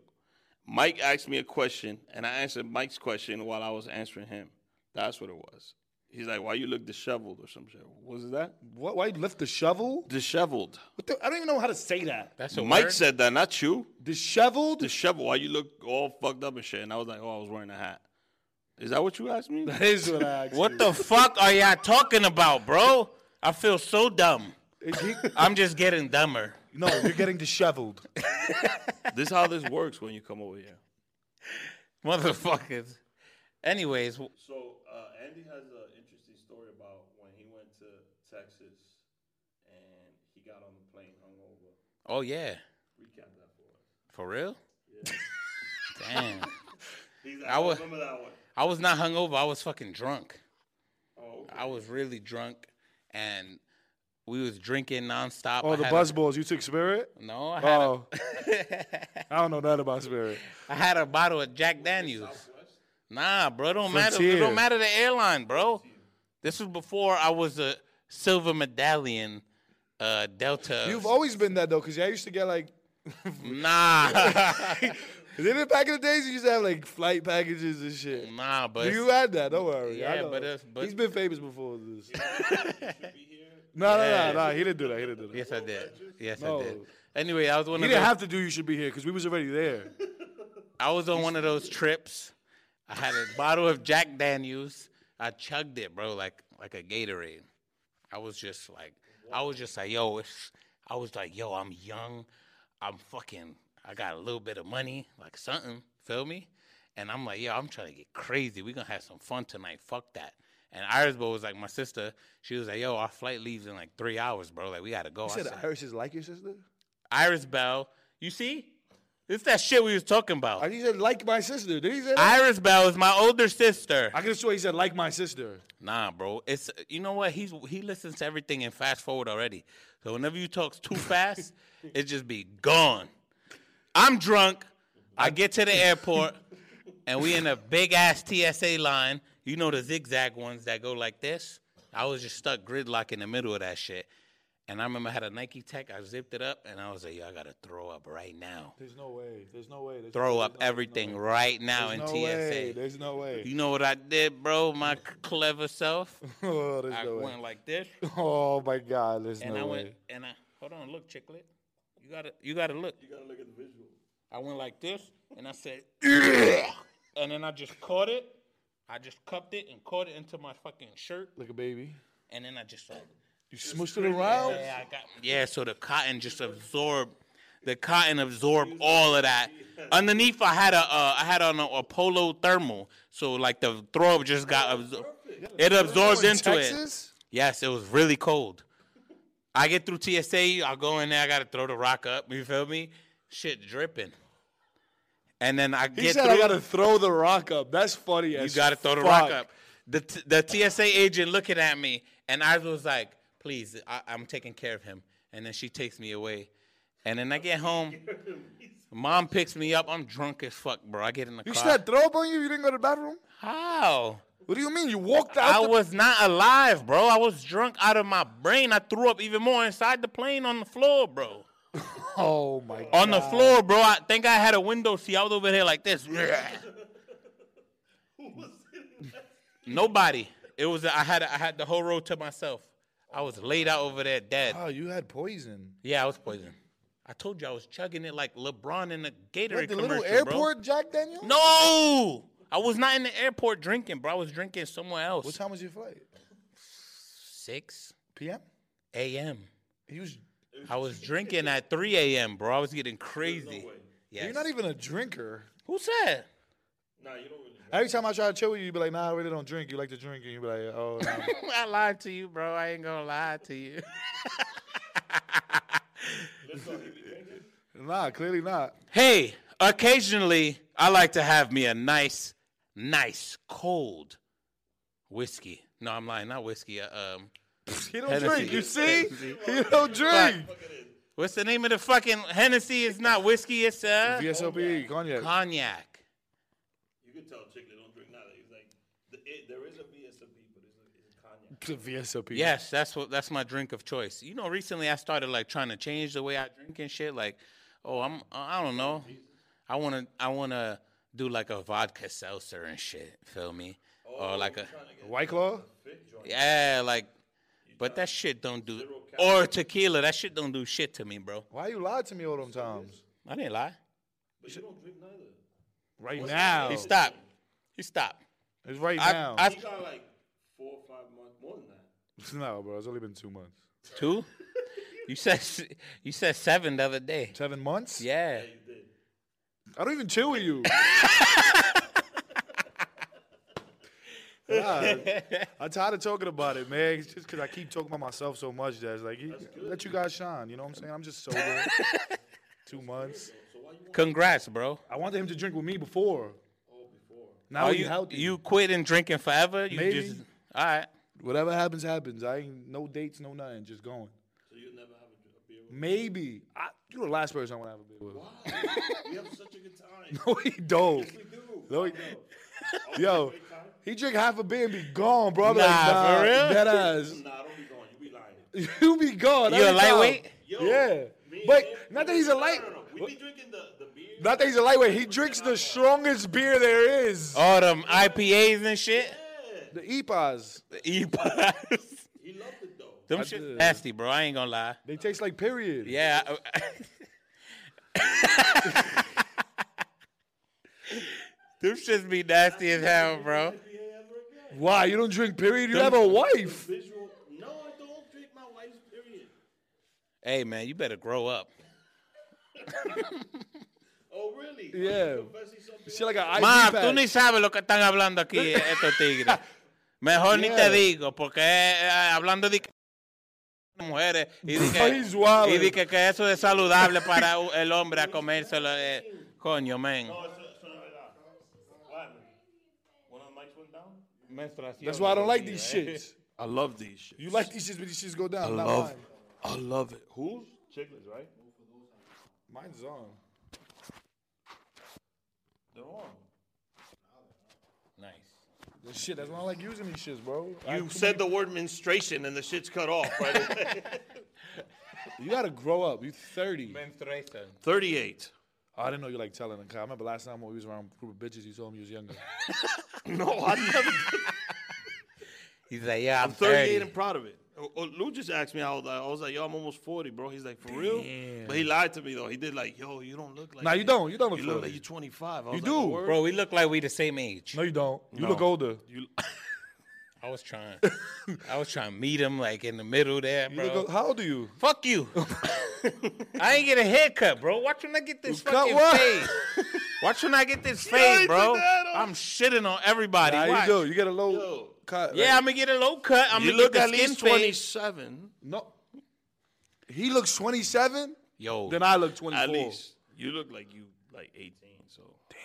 Mike asked me a question, and I answered Mike's question while I was answering him. That's what it was. He's like, "Why you look disheveled or some shit?" What Was that What, why you lift the shovel? disheveled? What the, I don't even know how to say that. That's a Mike word? said that, not you. Disheveled? Disheveled. Why you look all fucked up and shit? And I was like, "Oh, I was wearing a hat." Is that what you asked me? That is what I asked. What you. the fuck are y'all talking about, bro? I feel so dumb. Is he- I'm just getting dumber. no, you're getting disheveled. this is how this works when you come over here. Motherfuckers. Anyways, w- So uh, Andy has an interesting story about when he went to Texas and he got on the plane hungover. oh yeah. Recap that for us. For real? Damn. He's like, I wa- remember that one. I was not hungover. I was fucking drunk. Oh, okay. I was really drunk and we was drinking nonstop. Oh, I the had a- buzz balls. You took spirit? No, I had, Oh. I don't know nothing about spirit. a, I had a bottle of Jack Daniels. Nah, bro, don't matter. It Frontier. don't matter the airline, bro. This was before I was a silver medallion uh, Delta. You've always been that though, because I used to get like. nah, Then in back in the days, you used to have like flight packages and shit. nah, Mm, but You had that, don't worry. I Yeah, know. but if- but- he's been famous before this. no, Yeah. no, no, no. He didn't do that. He didn't do that. yes, I did. Yes, I did. No. Anyway, I was one He of didn't those, have to do. You should be here because we was already there. I was on one of those trips. I had a bottle of Jack Daniels. I chugged it, bro, like like a Gatorade. I was just like, I was just like, yo, it's. I was like, yo, I'm young. I'm fucking. I got a little bit of money, like something. Feel me? And I'm like, yo, I'm trying to get crazy. We gonna have some fun tonight. Fuck that. And Irisbo was like, my sister. She was like, yo, our flight leaves in like three hours, bro. Like we gotta go. I said said, Irish is like your sister. Iris Bell. You see? It's that shit we was talking about. I, he said like my sister. Did he say? That? Iris Bell is my older sister. I, can swear he said like my sister. Nah, bro. It's you know what? He's he listens to everything in fast forward already. So whenever you talks too fast, it just be gone. I'm drunk. I get to the airport, and we in a big ass TSA line. You know the zigzag ones that go like this. I was just stuck gridlock in the middle of that shit. And I remember I had a Nike Tech. I zipped it up, and I was like, "Yo, I gotta throw up right now. There's no way. There's no way. There's Throw up everything right now in There's no TSA." way. There's no way. You know what I did, bro? My c- clever self. Oh, there's I no way. went like this, Oh my God. There's and no I way. went and I hold on, look, chicklet. You gotta, you gotta look. You gotta look at the visual. I went like this, and I said, "Ugh," and then I just caught it. I just cupped it and caught it into my fucking shirt, Like a baby. and then I just like, You smushed it around. yeah, I got, yeah. So the cotton just absorbed, the cotton absorbed all of that. Underneath, I had a, uh, I had on a, a polo thermal, so like the throw up just got absorbed. It absorbed In into it. Texas? Yes, it was really cold. I get through TSA, I go in there, I gotta throw the rock up. You feel me? Shit dripping. And then I He get said through. I gotta throw the rock up. That's funny. you gotta throw the rock up. The t- the TSA agent looking at me, and I was like, "Please, I- I'm taking care of him." And then she takes me away. And then I get home. Mom picks me up. I'm drunk as fuck, bro. I get in the You car. should have throw up on you. You didn't go to the bathroom. How? What do you mean? You walked out. I the- was not alive, bro. I was drunk out of my brain. I threw up even more inside the plane on the floor, bro. oh my. God. On the floor, bro. I think I had a window seat. I was over there like this. Nobody. It was I had I had the whole road to myself. I was laid out over there dead. Oh, you had poison. Yeah, I was poisoned. I told you I was chugging it like LeBron in the Gatorade What, the commercial, little bro. airport Jack Daniel? No, I was not in the airport drinking, bro. I was drinking somewhere else. What time was your flight? Six PM? a.m. He was. I was drinking at three a.m., bro. I was getting crazy. yes. You're not even a drinker. Who said? Nah, you don't really. Every time I try to chill with you, you be like, "Nah, I really don't drink." You like to drink, and you be like, "Oh, nah. I lied to you, bro. I ain't gonna lie to you. nah, clearly not." Hey, occasionally I like to have me a nice, nice cold whiskey. No, I'm lying. Not whiskey. Uh, um, He don't Hennessy. drink. You see, he don't drink. what's the name of the fucking Hennessy? It's not whiskey. It's uh, VSOP cognac. cognac. You can tell chick they don't drink nada. It's like the, it, there is a VSOP, but it's a, it's a cognac. VSOP. Yes, that's what that's my drink of choice. You know, recently I started like trying to change the way I drink and shit. Like, oh, I'm I don't know. I wanna I wanna do like a vodka seltzer and shit. Feel me? or like a White Claw. yeah, like. But that shit don't do or tequila. That shit don't do shit to me, bro. Why you lied to me all them times? I didn't lie. Right now. He stopped. He stopped. It's right I, now. I, Got like four or five months more than that. no, bro. It's only been two months. two. You said you said seven the other day. Seven months. Yeah. I don't even chill with you. God, I'm tired of talking about it, man. It's just because I keep talking about myself so much that it's like, let you guys shine. You know what I'm saying? I'm just sober. Two months. Congrats, bro. I wanted him to drink with me before. Oh, before. Now Are Oh, you you healthy. you quitting drinking forever? You Maybe. just all right. Whatever happens, happens. I ain't no dates, no nothing. Just going. So you never have a beer with? Maybe. I, you're the last person I want to have a beer with. We have such a good time. No, he don't. No, he- Oh, yo, he drink half a beer and be gone, bro. I'm like, Nah, for real? That ass. nah, don't be going. You be lying. you be gone. You a every time. lightweight? yeah. But not that he's a light. No, no, no. We be drinking the, the beer. Not that he's a lightweight. He drinks the strongest beer there is. Oh. All them IPAs and shit. The E EPAs. EPAs. He loved it though. Them I shit did. nasty, bro. I ain't gonna lie. They taste like period. Yeah. I- them shits be nasty as hell, bro. Why? You don't drink period? You have a wife. Visual. No, I don't drink my wife's period. Hey, man, you better grow up. Oh really? Yeah. She like an IV Ma, pack. tú ni sabes lo que están hablando aquí eh, estos tigres. Mejor ni Yeah. te digo, porque eh, hablando de que- mujeres y de que, He's wild. y de que, que eso es saludable para u- el hombre a comérselo. eh, coño, men. One of the mics went down. That's why I don't like these shits. I love these shit. You like these shits, but these shits go down. I not love, mine. I love it. Who's? Chicklets, right? Mine's on. They're on. Nice. That shit, that's why I like using these shits, bro. You said the word menstruation and the shit's cut off right away. you gotta grow up. You 30. Menstruation. Thirty-eight. Oh, I didn't know you like telling. 'cause I remember last time when we was around a group of bitches, you told me you was younger. No, I never. He's like, yeah, I'm, 38 38 and proud of it. Oh, oh, Lou just asked me how old I I was like, yo, I'm almost 40, bro. He's like, for real? But he lied to me, though. He did like, yo, you don't look like Nah, you that. don't. You don't look You look 40. like you're 25. I you was do. like, "Word?" Bro, we look like we the same age. No, you don't. You look older. You, I was trying. I was trying to meet him like in the middle there, You bro. look old. How old are you? Fuck you. I ain't get a haircut, bro. Watch when I get this Cut fucking what? fade. Watch when I get this ain't fade, do bro. that, oh. I'm shitting on everybody. Nah, Watch. you do. You get a low Yo. cut. Yeah, I'm gonna get a low cut. I'm you gonna look get at the skin least fade. 27. No. He looks 27. Yo, Then I look 24. At least. You look like you, like 18, so. Damn.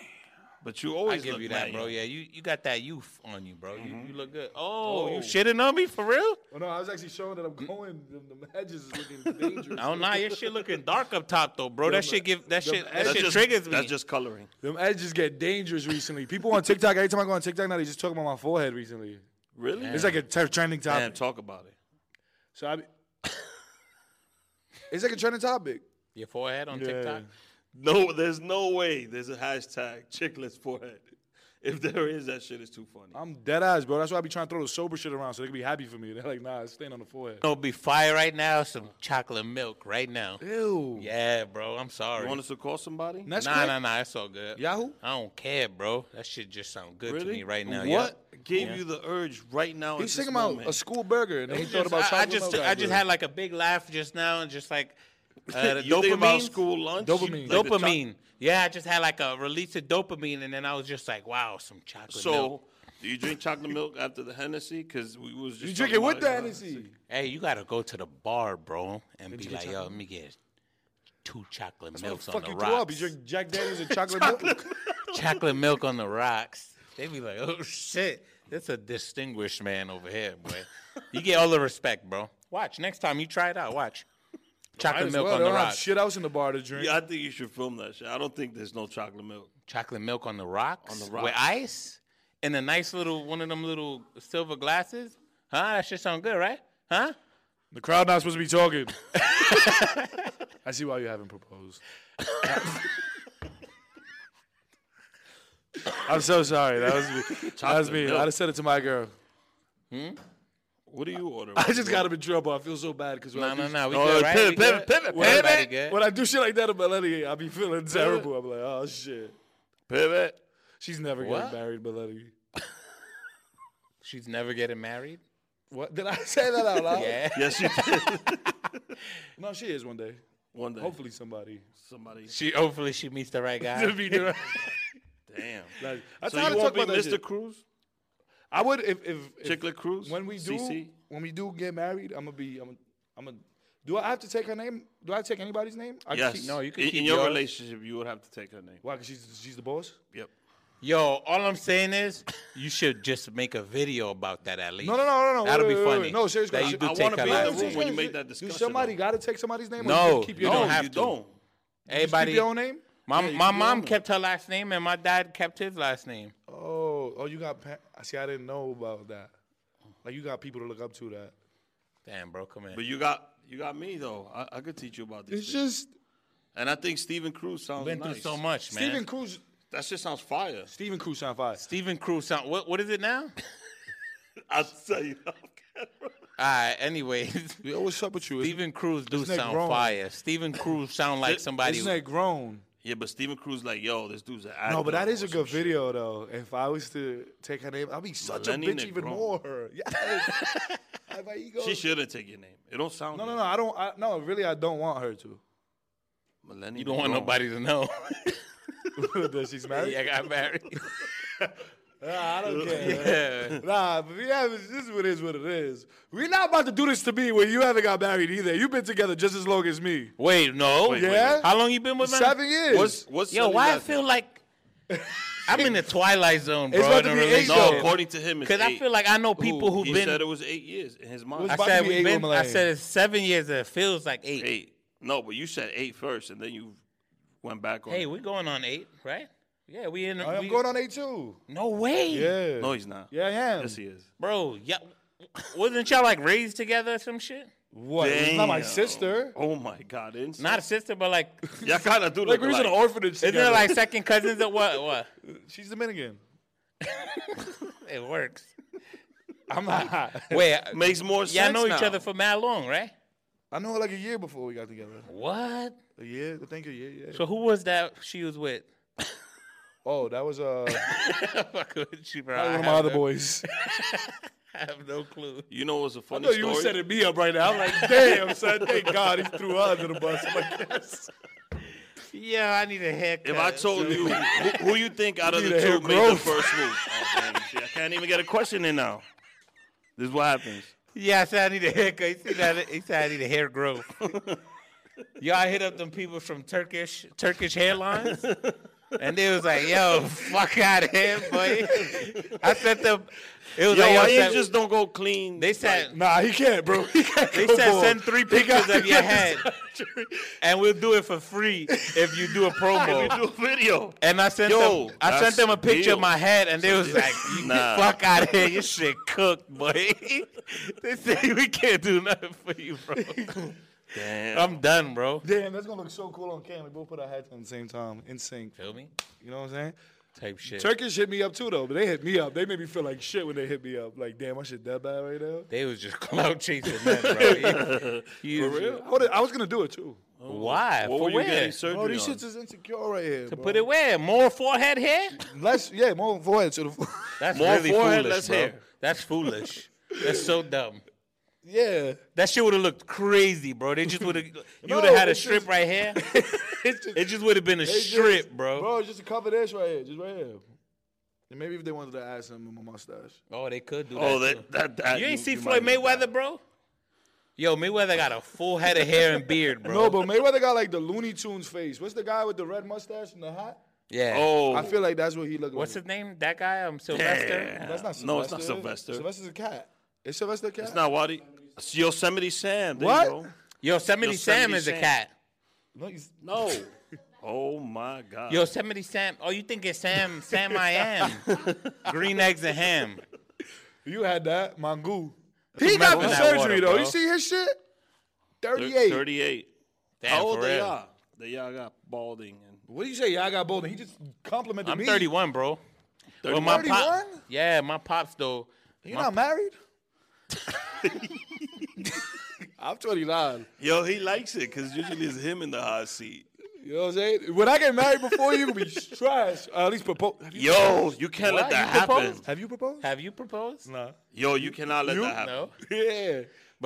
But you I always give look you that, mad bro. young. Yeah, you, you got that youth on you, bro. You, you look good. Oh, you shitting on me for real? Oh, no, I was actually showing that I'm Hmm. going. The, the edges is looking dangerous. Oh nah, your shit looking dark up top though, bro. That shit give that shit that That's shit just, triggers me. That's just coloring. Them edges get dangerous recently. People on TikTok, every time I go on TikTok now, they just talk about my forehead recently. Really? It's like a t- trending topic. Man, talk about it. So I be- It's like a trending topic. your forehead on Yeah. TikTok. No, there's no way there's a hashtag chicklets forehead. If there is, that shit is too funny. I'm dead ass, bro. That's why I be trying to throw the sober shit around so they can be happy for me. They're like, nah, it's staying on the forehead. It'll be fire right now. Some chocolate milk right now. Ew. Yeah, bro. I'm sorry. You want us to call somebody? Next nah, clip? nah, nah. It's all good. Yahoo? I don't care, bro. That shit just sound good to me right now. What yeah. gave you the urge right now? He's at this thinking about moment? a school burger and then he Just- thought about I, I chocolate just, milk I just after. had like a big laugh just now and just like uh, the you dopamine. think about school lunch? You- Dopamine. like the cho- dopamine. yeah, I just had like a release of dopamine, and then I was just like, wow, some chocolate milk. So, do you drink chocolate milk after the Hennessy? Because we was just You drink talking it with about the Hennessy. Hey, you gotta go to the bar, bro, and be like, yo, let me get two chocolate milks on Fuck the you threw up. rocks. You drink Jack Daniels and chocolate milk. chocolate milk on the rocks. They be like, oh shit, that's a distinguished man over here, boy. you get all the respect, bro. Watch next time you try it out. Watch Might chocolate as milk well. on the They don't have rocks. Shit else in the bar to drink. Yeah, I think you should film that shit. I don't think there's no chocolate milk. Chocolate milk on the rocks On the with rocks. ice in a nice little one of them little silver glasses. Huh? That shit sound good, right? Huh? The crowd not supposed to be talking. I see why you haven't proposed. I'm so sorry. That was me. That was Chocolate me. milk. I'd have said it to my girl. What do you order? I just got him in trouble. I feel so bad because when, No, I do no, no. We Oh, good, right? pivot, we pivot, good? pivot, Everybody pivot. good? when I do shit like that in Melody, I be feeling terrible. I'm like, oh shit. pivot? She's never What? getting married, Melody. She's never getting married. What did I say that out loud? Yeah. Oh. Yes, you did. No, she is one day. One day, Hopefully, somebody. somebody. She hopefully she meets the right guy. Damn. That's So how you to talk won't be about that Mr. shit. Cruz, I would if if, if Chicklet Cruz. when we do CC? when we do get married, I'm gonna be I'm gonna, I'm gonna do I have to take her name? Do I take anybody's name? I Yes. Keep, No, you can in, keep in your yours. relationship. You would have to take her name. Why? Cause she's she's the boss. Yep. Yo, all I'm saying is you should just make a video about that at least. No, no, no, no, no. That'll wait, be wait, wait, funny. wait. No, seriously. That you do I take wanna her be in the life. room when you make that Do discussion, somebody though. got to take somebody's name? or No, you keep your no, own? you have you to. don't. Keep Everybody, your own name. my you my keep your mom own. kept her last name and my dad kept his last name. Oh, oh, you got. Pa- See, I didn't know about that. Like you got people to look up to. That Damn, bro, come in. But you got you got me though. I, I could teach you about this. it's just And I think Stephen Cruz sounds Been nice. through so much, man. Stephen Stephen, Cruz. That shit sounds fire. Stephen Cruz sound fire. Cruz. Sound, what what is it now? I'll tell you. off camera. All right. Anyways, Yo, what's up with you? It's- Stephen Cruz do nigga sound grown. fire. Stephen Cruz sound like somebody. This nigga grown. yeah, but Stephen Cruz like, yo, this dude's an actor. No, but that is or a some good shit. video though. If I was to take her name, I'd be such a Melanie bitch even Negron. more. Yes. I have my ego. She shouldn't take your name. It don't sound. No, no, good. no. I don't. I, no, really, I don't want her to. Millennium you don't want Wrong. nobody to know. that she's married. yeah, I got married. Nah, I don't care. yeah. Nah, but we have this is what it is what it is. We're not about to do this to me when you haven't got married either. You've been together just as long as me. Wait, no. wait, Yeah? wait. How long you been with him? Seven years. What's what's Yo, Sonny why I Lefty? feel like I'm in the twilight zone, bro. It's about to in a be eight, relationship. No, though. according to him, it's Because I eight. feel like I know people Who? who've he been. said it was eight years in his mind. Was I about to said be we've eight been. women I like- said it's seven years. and It feels like eight. eight. No, but you said eight first, and then you went back on. Hey, we going on eight, right? Yeah, we in. I'm we, going on A two. No way, Yeah. Mm. no, he's not. Yeah, I am. yes, he is. bro. Yeah, wasn't y'all like raised together or some shit? What? It's not my Damn. sister. Oh my God! It's Not a sister, but like, Y'all kind of do Like look we was in an alike. orphanage. isn't together. it like second cousins or what? What? she's Dominican? It works. I'm not. Wait, Makes more sense. y'all know each now. other for mad long, right? I know her like a year before we got together. What? A year? I think a year. Yeah. So who was that she was with? Oh, that was uh Fuck with you, bro. one I of my have other no- boys. I have no clue. You know what's a I funny know you story? were setting me up right now. I'm like, damn, son, thank God he threw her under the bus. I'm like, yes. Yeah, I need a haircut. If I told you who, who you think out of You the need a hair two made the growth. first move, oh, man, shit, I can't even get a question in now. This is what happens. Yeah, I said I need a haircut. He said, I, he said I need a hair growth. Y'all hit up them people from Turkish Turkish Airlines, and they was like, "Yo, fuck out of here, boy." I sent them. It was Yo, like, why yo, you send- just don't go clean? they said Nah, he can't, bro. He can't they go said bald. send three He got pictures of to your get head, and we'll do it for free if you do a If promo. you do a video. And I sent Yo, them, I that's sent them a picture deal. of my head, and they was like, "You Nah. fuck out of here, your shit cooked, boy." they said we can't do nothing for you, bro. Damn. I'm done, bro. Damn, that's gonna look so cool on camera. We both put our hats on at the same time in sync. Feel me? You know what I'm saying? type shit. Turkish hit me up too though, but they hit me up. They made me feel like shit when they hit me up. Like, damn, I shit that bad right now. They was just clout chasing that, bro. You- you- I, would've- I was gonna do it too. Why? Oh. What For were you where? getting To surgery Bro, these on? shits is insecure right here. To put it where? More forehead hair? less, yeah, more void to the, That's More really forehead, foolish, less bro. hair. That's foolish. That's so dumb. yeah. That shit would have looked crazy, bro. They just would have. You No, would have had a it's strip just- right here. It's just- It just would have been a They just- strip, bro. Bro, it's just a covered ass right here, just right here. And maybe if they wanted to add something with my mustache. Oh, they could do that. Oh, too. that, that, that. You ain't see might Floyd get that. Mayweather, bro? Yo, Mayweather got a full head of hair and beard, bro. No, but Mayweather got like the Looney Tunes face. What's the guy with the red mustache and the hat? yeah. Oh, I feel like that's what he looked What's like. his name? That guy? Um, Sylvester. Yeah. That's not Sylvester. No, it's not Sylvester. Sylvester's a cat. Is Sylvester a cat? It's not Wadi. It's Yosemite Sam. There What? You go. Yosemite, Sam Yosemite is a Sam. cat. No, he's- No. oh my God. Yosemite Sam. Oh, you think it's Sam? Sam I am. Green eggs and ham. you had that, Mangu. He matter got with the that surgery water, though. bro? You see his shit? Thir- 38. 38. Damn, How old for they real. are? They y'all got balding and What do you say? Yeah, I got bold. He just complimented I'm me. 31, bro. Well, my pop, 31? yeah, my pops though. You not married? I'm 29. yo, he likes it because usually it's him in the hot seat. You know what I'm saying? When I get married before you, gonna be trash. Uh, at least propose. Have you, Yo, you can't What? let that You happen. proposed? have you proposed? Have you proposed? No. Yo, you cannot let that happen. No.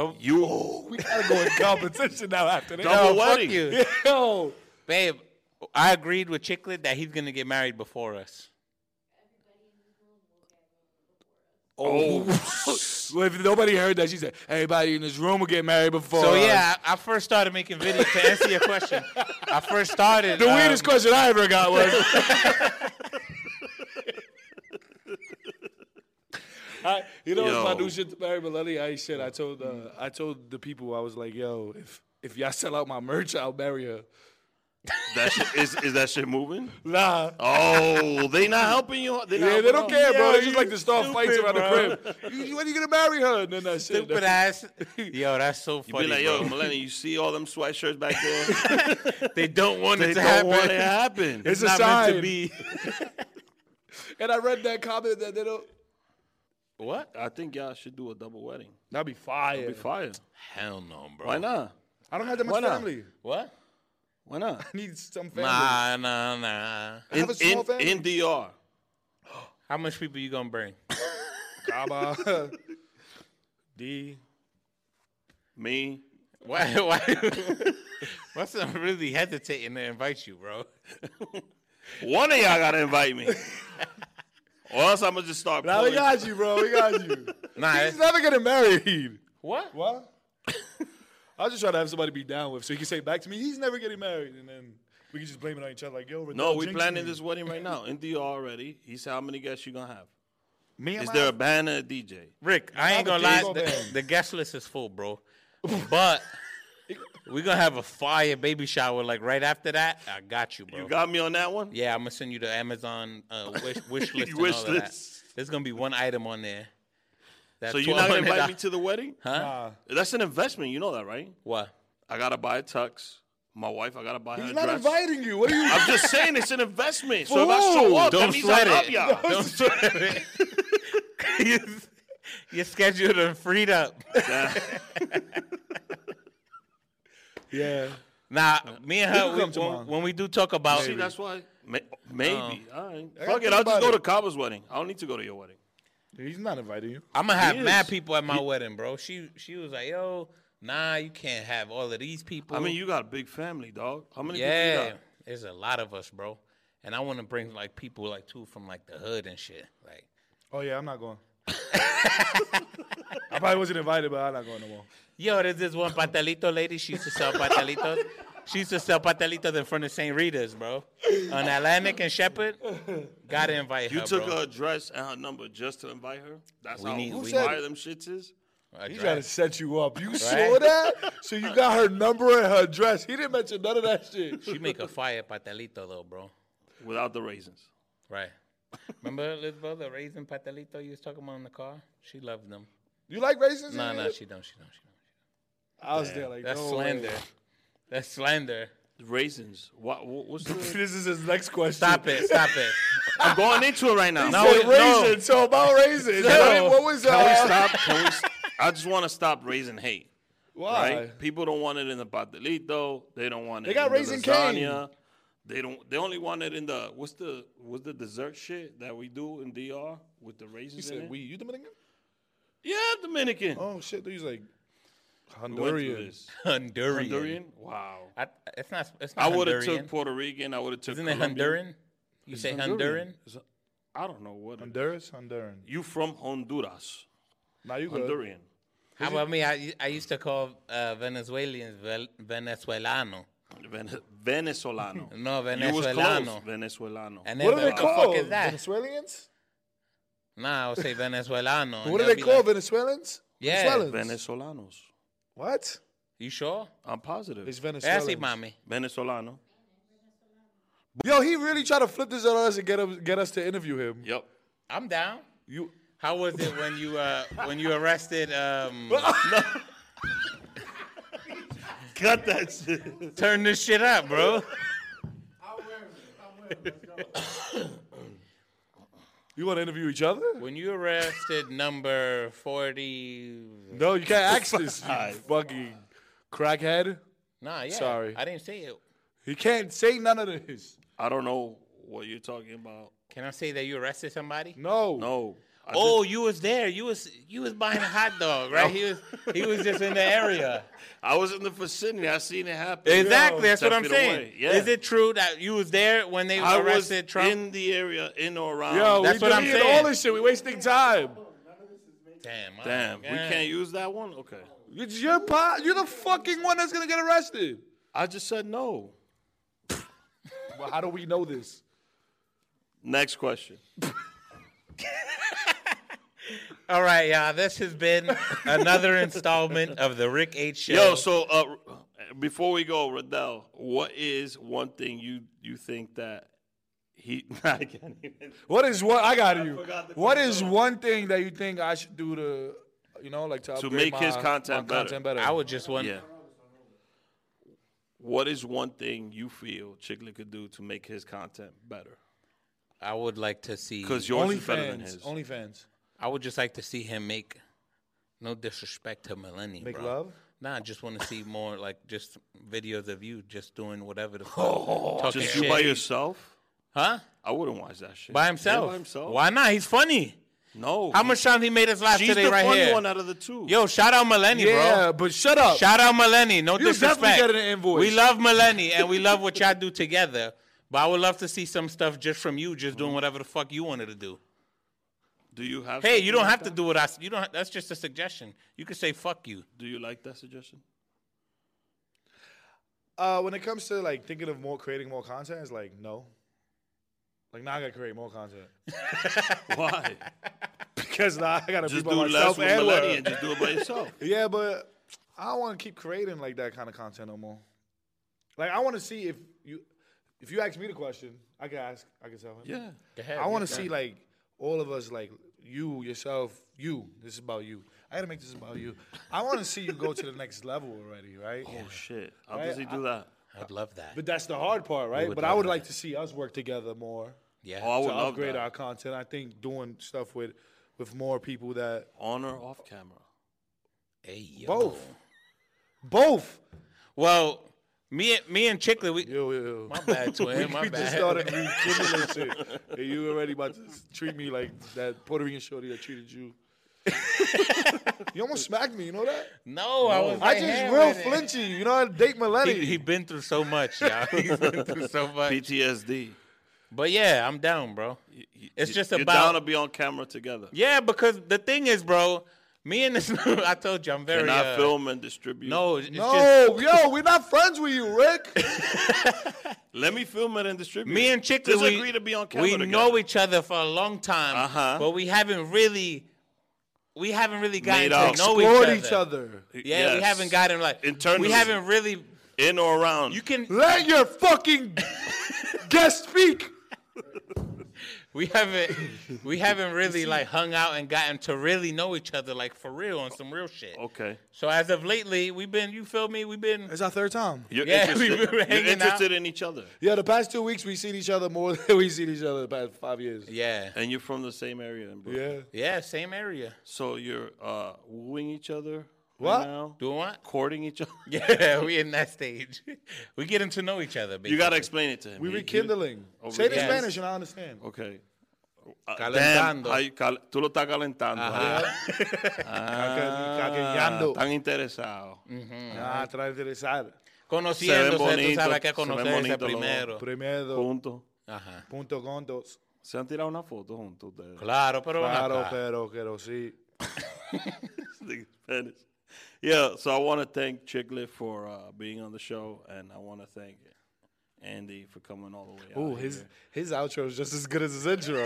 Yeah. You We gotta go in competition now after that. double Oh, wedding. fuck you, Yo. babe. I agreed with Chicklet that he's gonna get married before us. Oh. well, if nobody heard that, she said, everybody in this room will get married before. So us." yeah, I, I first started making videos to answer your question. I first started. The weirdest um, question I ever got was. I, you know, it's my Yo. new shit to marry Millennium. I ain't shit. I told uh, I told the people I was like, yo, if if y'all sell out my merch, I'll marry her. That shit, is is that shit moving? Nah. Oh, they not helping you. They not Yeah, they helping don't out. care, bro. Yeah, They just like to start fights around the crib. You, you- when you gonna marry her? And then that shit. Stupid ass. Yo, that's so You be funny. like, bro. yo, Millennium, you see all them sweatshirts back there? they don't want it they to don't happen. want it to happen. It's a not meant sign. to be. And I read that comment that they don't. What? I think y'all should do a double wedding. That'd be fire. Be fire. Hell no, bro. Why not? I don't have that much Why not? family. What? Why not? I need some family. Nah, nah, nah. I have a small in, family. in DR. How much people you gonna bring? Kaba. D. Me. Why? Why? What's I'm really hesitating to invite you, bro? One of y'all gotta invite me. or else I'ma just start Nah, we pulling. got you, bro. We got you. Nah. He's never getting married. What? What? I was just trying to have somebody be down with, so he can say back to me, he's never getting married, and then we can just blame it on each other. Like, yo, no, Riddell we jinxed planning me. this wedding right now. In DR already. He said how many guests you gonna have? Me and Is my- there a band or a DJ? Rick, I ain't Not gonna a lie. baseball The, band. the guest list is full, bro. But we gonna have a fire baby shower like right after that. I got you, bro. Oh. You got me on that one? yeah, I'm gonna send you the Amazon uh, wish wish list. and Wish all of that. list. There's gonna be one item on there. That's So you're not gonna invite $1,200. me to the wedding? huh? Nah. That's an investment, you know that, right? What? I gotta buy a tux. My wife, I gotta buy her He's a not dress. inviting you. What are you? I'm just saying it's an investment. So if I show Fool, up, don't that means sweat I'm up it. y'all. Don't sweat it. You- You're scheduled and freed up. yeah. Nah, me and her, can we, come tomorrow. when, when we do talk about, See, that's why. May- Um, Maybe. All right. Fuck gotta think it. I'll just about go it. to Caba's wedding. I don't need to go to your wedding. He's not inviting you. I'm gonna have He mad is. people at my wedding, bro. She she was like, "Yo, nah, you can't have all of these people." I mean, you got a big family, dog. How many people you yeah, got? there's a lot of us, bro, and I want to bring like people like two from like the hood and shit. Like, Oh yeah, I'm not going. I probably wasn't invited, but I'm not going no more. yo, there's this one patelito lady. She used to sell patelitos. She used to sell patelitos in front of St. Rita's, bro, on Atlantic and Shepherd. Gotta invite You her, took bro. her address and her number just to invite her? That's We how need- who we fire need- them shits is? A He dress. tried to set you up. You saw that? So you got her number and her address. He didn't mention none of that shit. She make a fire patelito though, bro. Without the raisins. Right. Remember Lisbo, the raisin patelito you was talking about in the car? She loved them. You like raisins? No, in no, here? she don't, she don't, she don't. I was there like That's no way. slander. That's slander. Raisins. What? what- What's the? this is his next question. Stop it, stop it. I'm going into it right now. No, Said it- no. raisins. So about raisins. What- what was Can we uh, stop? Can we? St- I just want to stop raising hate. why? Right? People don't want it in the padelito. They don't want it. They got in the Raisin lasagna. They don't. They only want it in the what's the what's the dessert shit that we do in DR with the You raisins. in said it? we. You Dominican? yeah, Dominican. Oh shit! He's like We went through Honduran. this. Honduran. Honduran. Wow. I, it's not. It's I not would have Honduran. took Puerto Rican. I would have took. Isn't it Colombian. Honduran? You say Honduran? Is it- I don't know what. it- Honduras, Honduran. You from Honduras? Now you good? Honduran. How about me? I, I used to call uh, Venezuelans Vel- Venezuelano. Vene- Venezolano. No, You was close. Venezuelano. Venezuelano. And What they'd are be they like, "What the fuck called? is that? Venezuelans? Nah, I would say Venezuelano. and What are they'll they be called? Like, Venezuelans? Yeah. Venezuelans. Venezolanos. what? you sure? I'm positive. It's Yeah, I Venezuelans. see, mommy. Venezolano. Yo, he really tried to flip this on us and get us get us to interview him. Yep. I'm down. You How was it when you uh, when you arrested um, Cut that shit. Turn this shit up, bro. you want to interview each other? When you arrested number 40. No, you can't ask this. You Five. fucking crackhead. Nah, yeah. Sorry. I didn't say it. He can't say none of this. I don't know what you're talking about. Can I say that you arrested somebody? No. No. I Oh, you was there. You was you was buying a hot dog, right? He was he was just in the just- area. I was in the vicinity. I seen it happen. Exactly. That's Ten what I'm feet saying. away, yeah. Is it true that you was there when they I was arrested Trump? in the area, in or around. Yo, That's we what I'm deleted saying. all this shit. We wasting time. Damn. my Damn, we God. can't use that one. Okay. It's your pot. You're the fucking one that's gonna get arrested. I just said no. Well, how do we know this? Next question. All right, y'all. This has been another installment of the Rick H Show. Yo, so uh, before we go, Riddell, what is one thing you you think that he? I can't even. What is what I got you? forgot the What is one thing that you think I should do to, you know, like to, upgrade make his my- content my better. content better? I would just want. Yeah. What is one thing you feel Chicklet could do to make his content better? I would like to see. Because yours only is better than fans. his. Only fans. I would just like to see him make. No disrespect to Millennium. Make bro. love? Nah, I just want to see more like just videos of you just doing whatever the fuck. talking Just shit. you by yourself? Huh? I wouldn't watch that shit. By Yeah, himself. by himself. Why not? He's funny. No. How much times he made us laugh She's today the right funny here? one out of the two. Yo, shout out Millenny, Yeah, bro. but shut up. Shout out Millenny. No You disrespect. definitely get an invoice. We love Millenny and we love what y'all do together. But I would love to see some stuff just from you, just doing whatever the fuck you wanted to do. do you have? Hey, you something don't like have to that? do what I. s- You don't. ha- That's just a suggestion. You could say fuck you. Do you like that suggestion? Uh, when it comes to like thinking of more creating more content, it's like no. Like now I gotta create more content Why? because now I gotta just be do by less myself with and Melanie and work. just do it by yourself. Yeah, but I don't want to keep creating like that kind of content no more. Like I want to see if you, if you ask me the question, I can ask, I can tell him. yeah. I want to see like all of us, like you, yourself, you. This is about you. I gotta make this about you. I want to see you go to the next level already, right? Oh shit! How Right, does he do that? I'd love that. But that's the hard part, right? would But I love would that. like to see us work together more yeah. Oh, I would to love upgrade that. our content. I think doing stuff with with more people that On or off camera? Hey, yo. both, both. Well, me, and me and Chicklet, we. Yo, yo, yo. My bad, twin. my we bad. just started rekindling shit, and you already about to s- treat me like that Puerto Rican shorty that treated you. you almost smacked me. You know that? No, I was. I like, just "Hey, real man." flinchy. You know, I date millennials. He, he been through so much, y'all. He's been through so much. PTSD. But yeah, I'm down, bro. It's You- just you're about- down to be on camera together. Yeah, because the thing is, bro, me and this, I told you, I'm very. and I uh, film and distribute. No, it's just no, yo, we're not friends with you, Rick. let me film it and distribute. me it. and Chick. Just we, agree to be on camera. We together. know each other for a long time, Uh-huh. but we haven't really, we haven't really gotten Made to out. know Bored each each other. other. Yeah, we Yes. haven't gotten like Internally. We haven't really. in or around. You can Let your fucking guest speak. we haven't we haven't really like hung out and gotten to really know each other like for real on some real shit. Okay. So as of lately, we've been you feel me? We've been It's our third time. You're Yeah, we interested, were you're hanging out. interested in each other. Yeah, the past two weeks we've seen each other more than we've seen each other the past five years. yeah And you're from the same area in Brooklyn. Yeah. yeah same area So you're uh, wooing each other right What? now? doing what? Courting each other? Yeah, we in that stage. we getting to know each other. Basically. You got to explain it to him. We He- he- rekindling. Oh, Say it in yes. Spanish and I understand. Okay. Uh, Calentando. damn, ay, cal- tú lo estás calentando. Ajá. Ah, Cagueando. Tan interesado. Mm. Ah, trae interesar. Conociéndose, tú bonito, sabes que se ven conocerse bonito los dos. primero. Primero, Juntos. Ajá. punto con dos. Se han tirado una foto juntos. ustedes? Claro, pero ven Claro, acá. pero, pero sí. Niggas Spanish. Yeah, so I want to thank Chicklet for uh, being on the show, and I want to thank Andy for coming all the way. Ah, out Ooh, his here. his outro is just as good as his intro.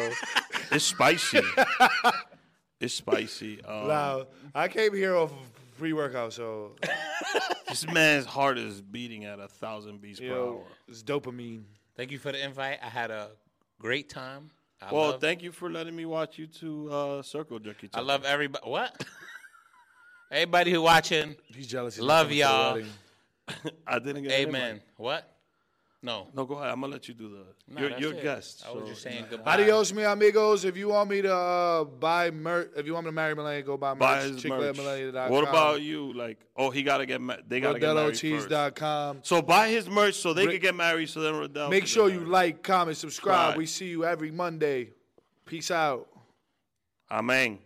it's spicy. it's spicy. Um, Wow. I came here off of pre workout, so This man's heart is beating at a thousand beats per yo, hour. it's dopamine. Thank you for the invite. I had a great time. I Well, love, thank you for letting me watch you two uh, circle jerk each I other. love everybody. What? everybody who watching. He's jealous. he's Love coming to the y'all. wedding. I didn't get an invite. Amen. What? No. No, go ahead. I'm gonna let you do the. No, you're that's you're it. guest. I was so- just saying goodbye. Adios, mi amigos. If you want me to uh, buy merch, if you want me to marry Melania, go buy merch. Buy his merch. chicletmelania.com, What about you? Like, oh, he gotta get. Ma- they gotta get married first. RodelloCheese.com. So buy his merch so they Bri- could get married. So then Rodell. Make could sure get you married. like, comment, subscribe. Subscribe. We see you every Monday. Peace out. Amen.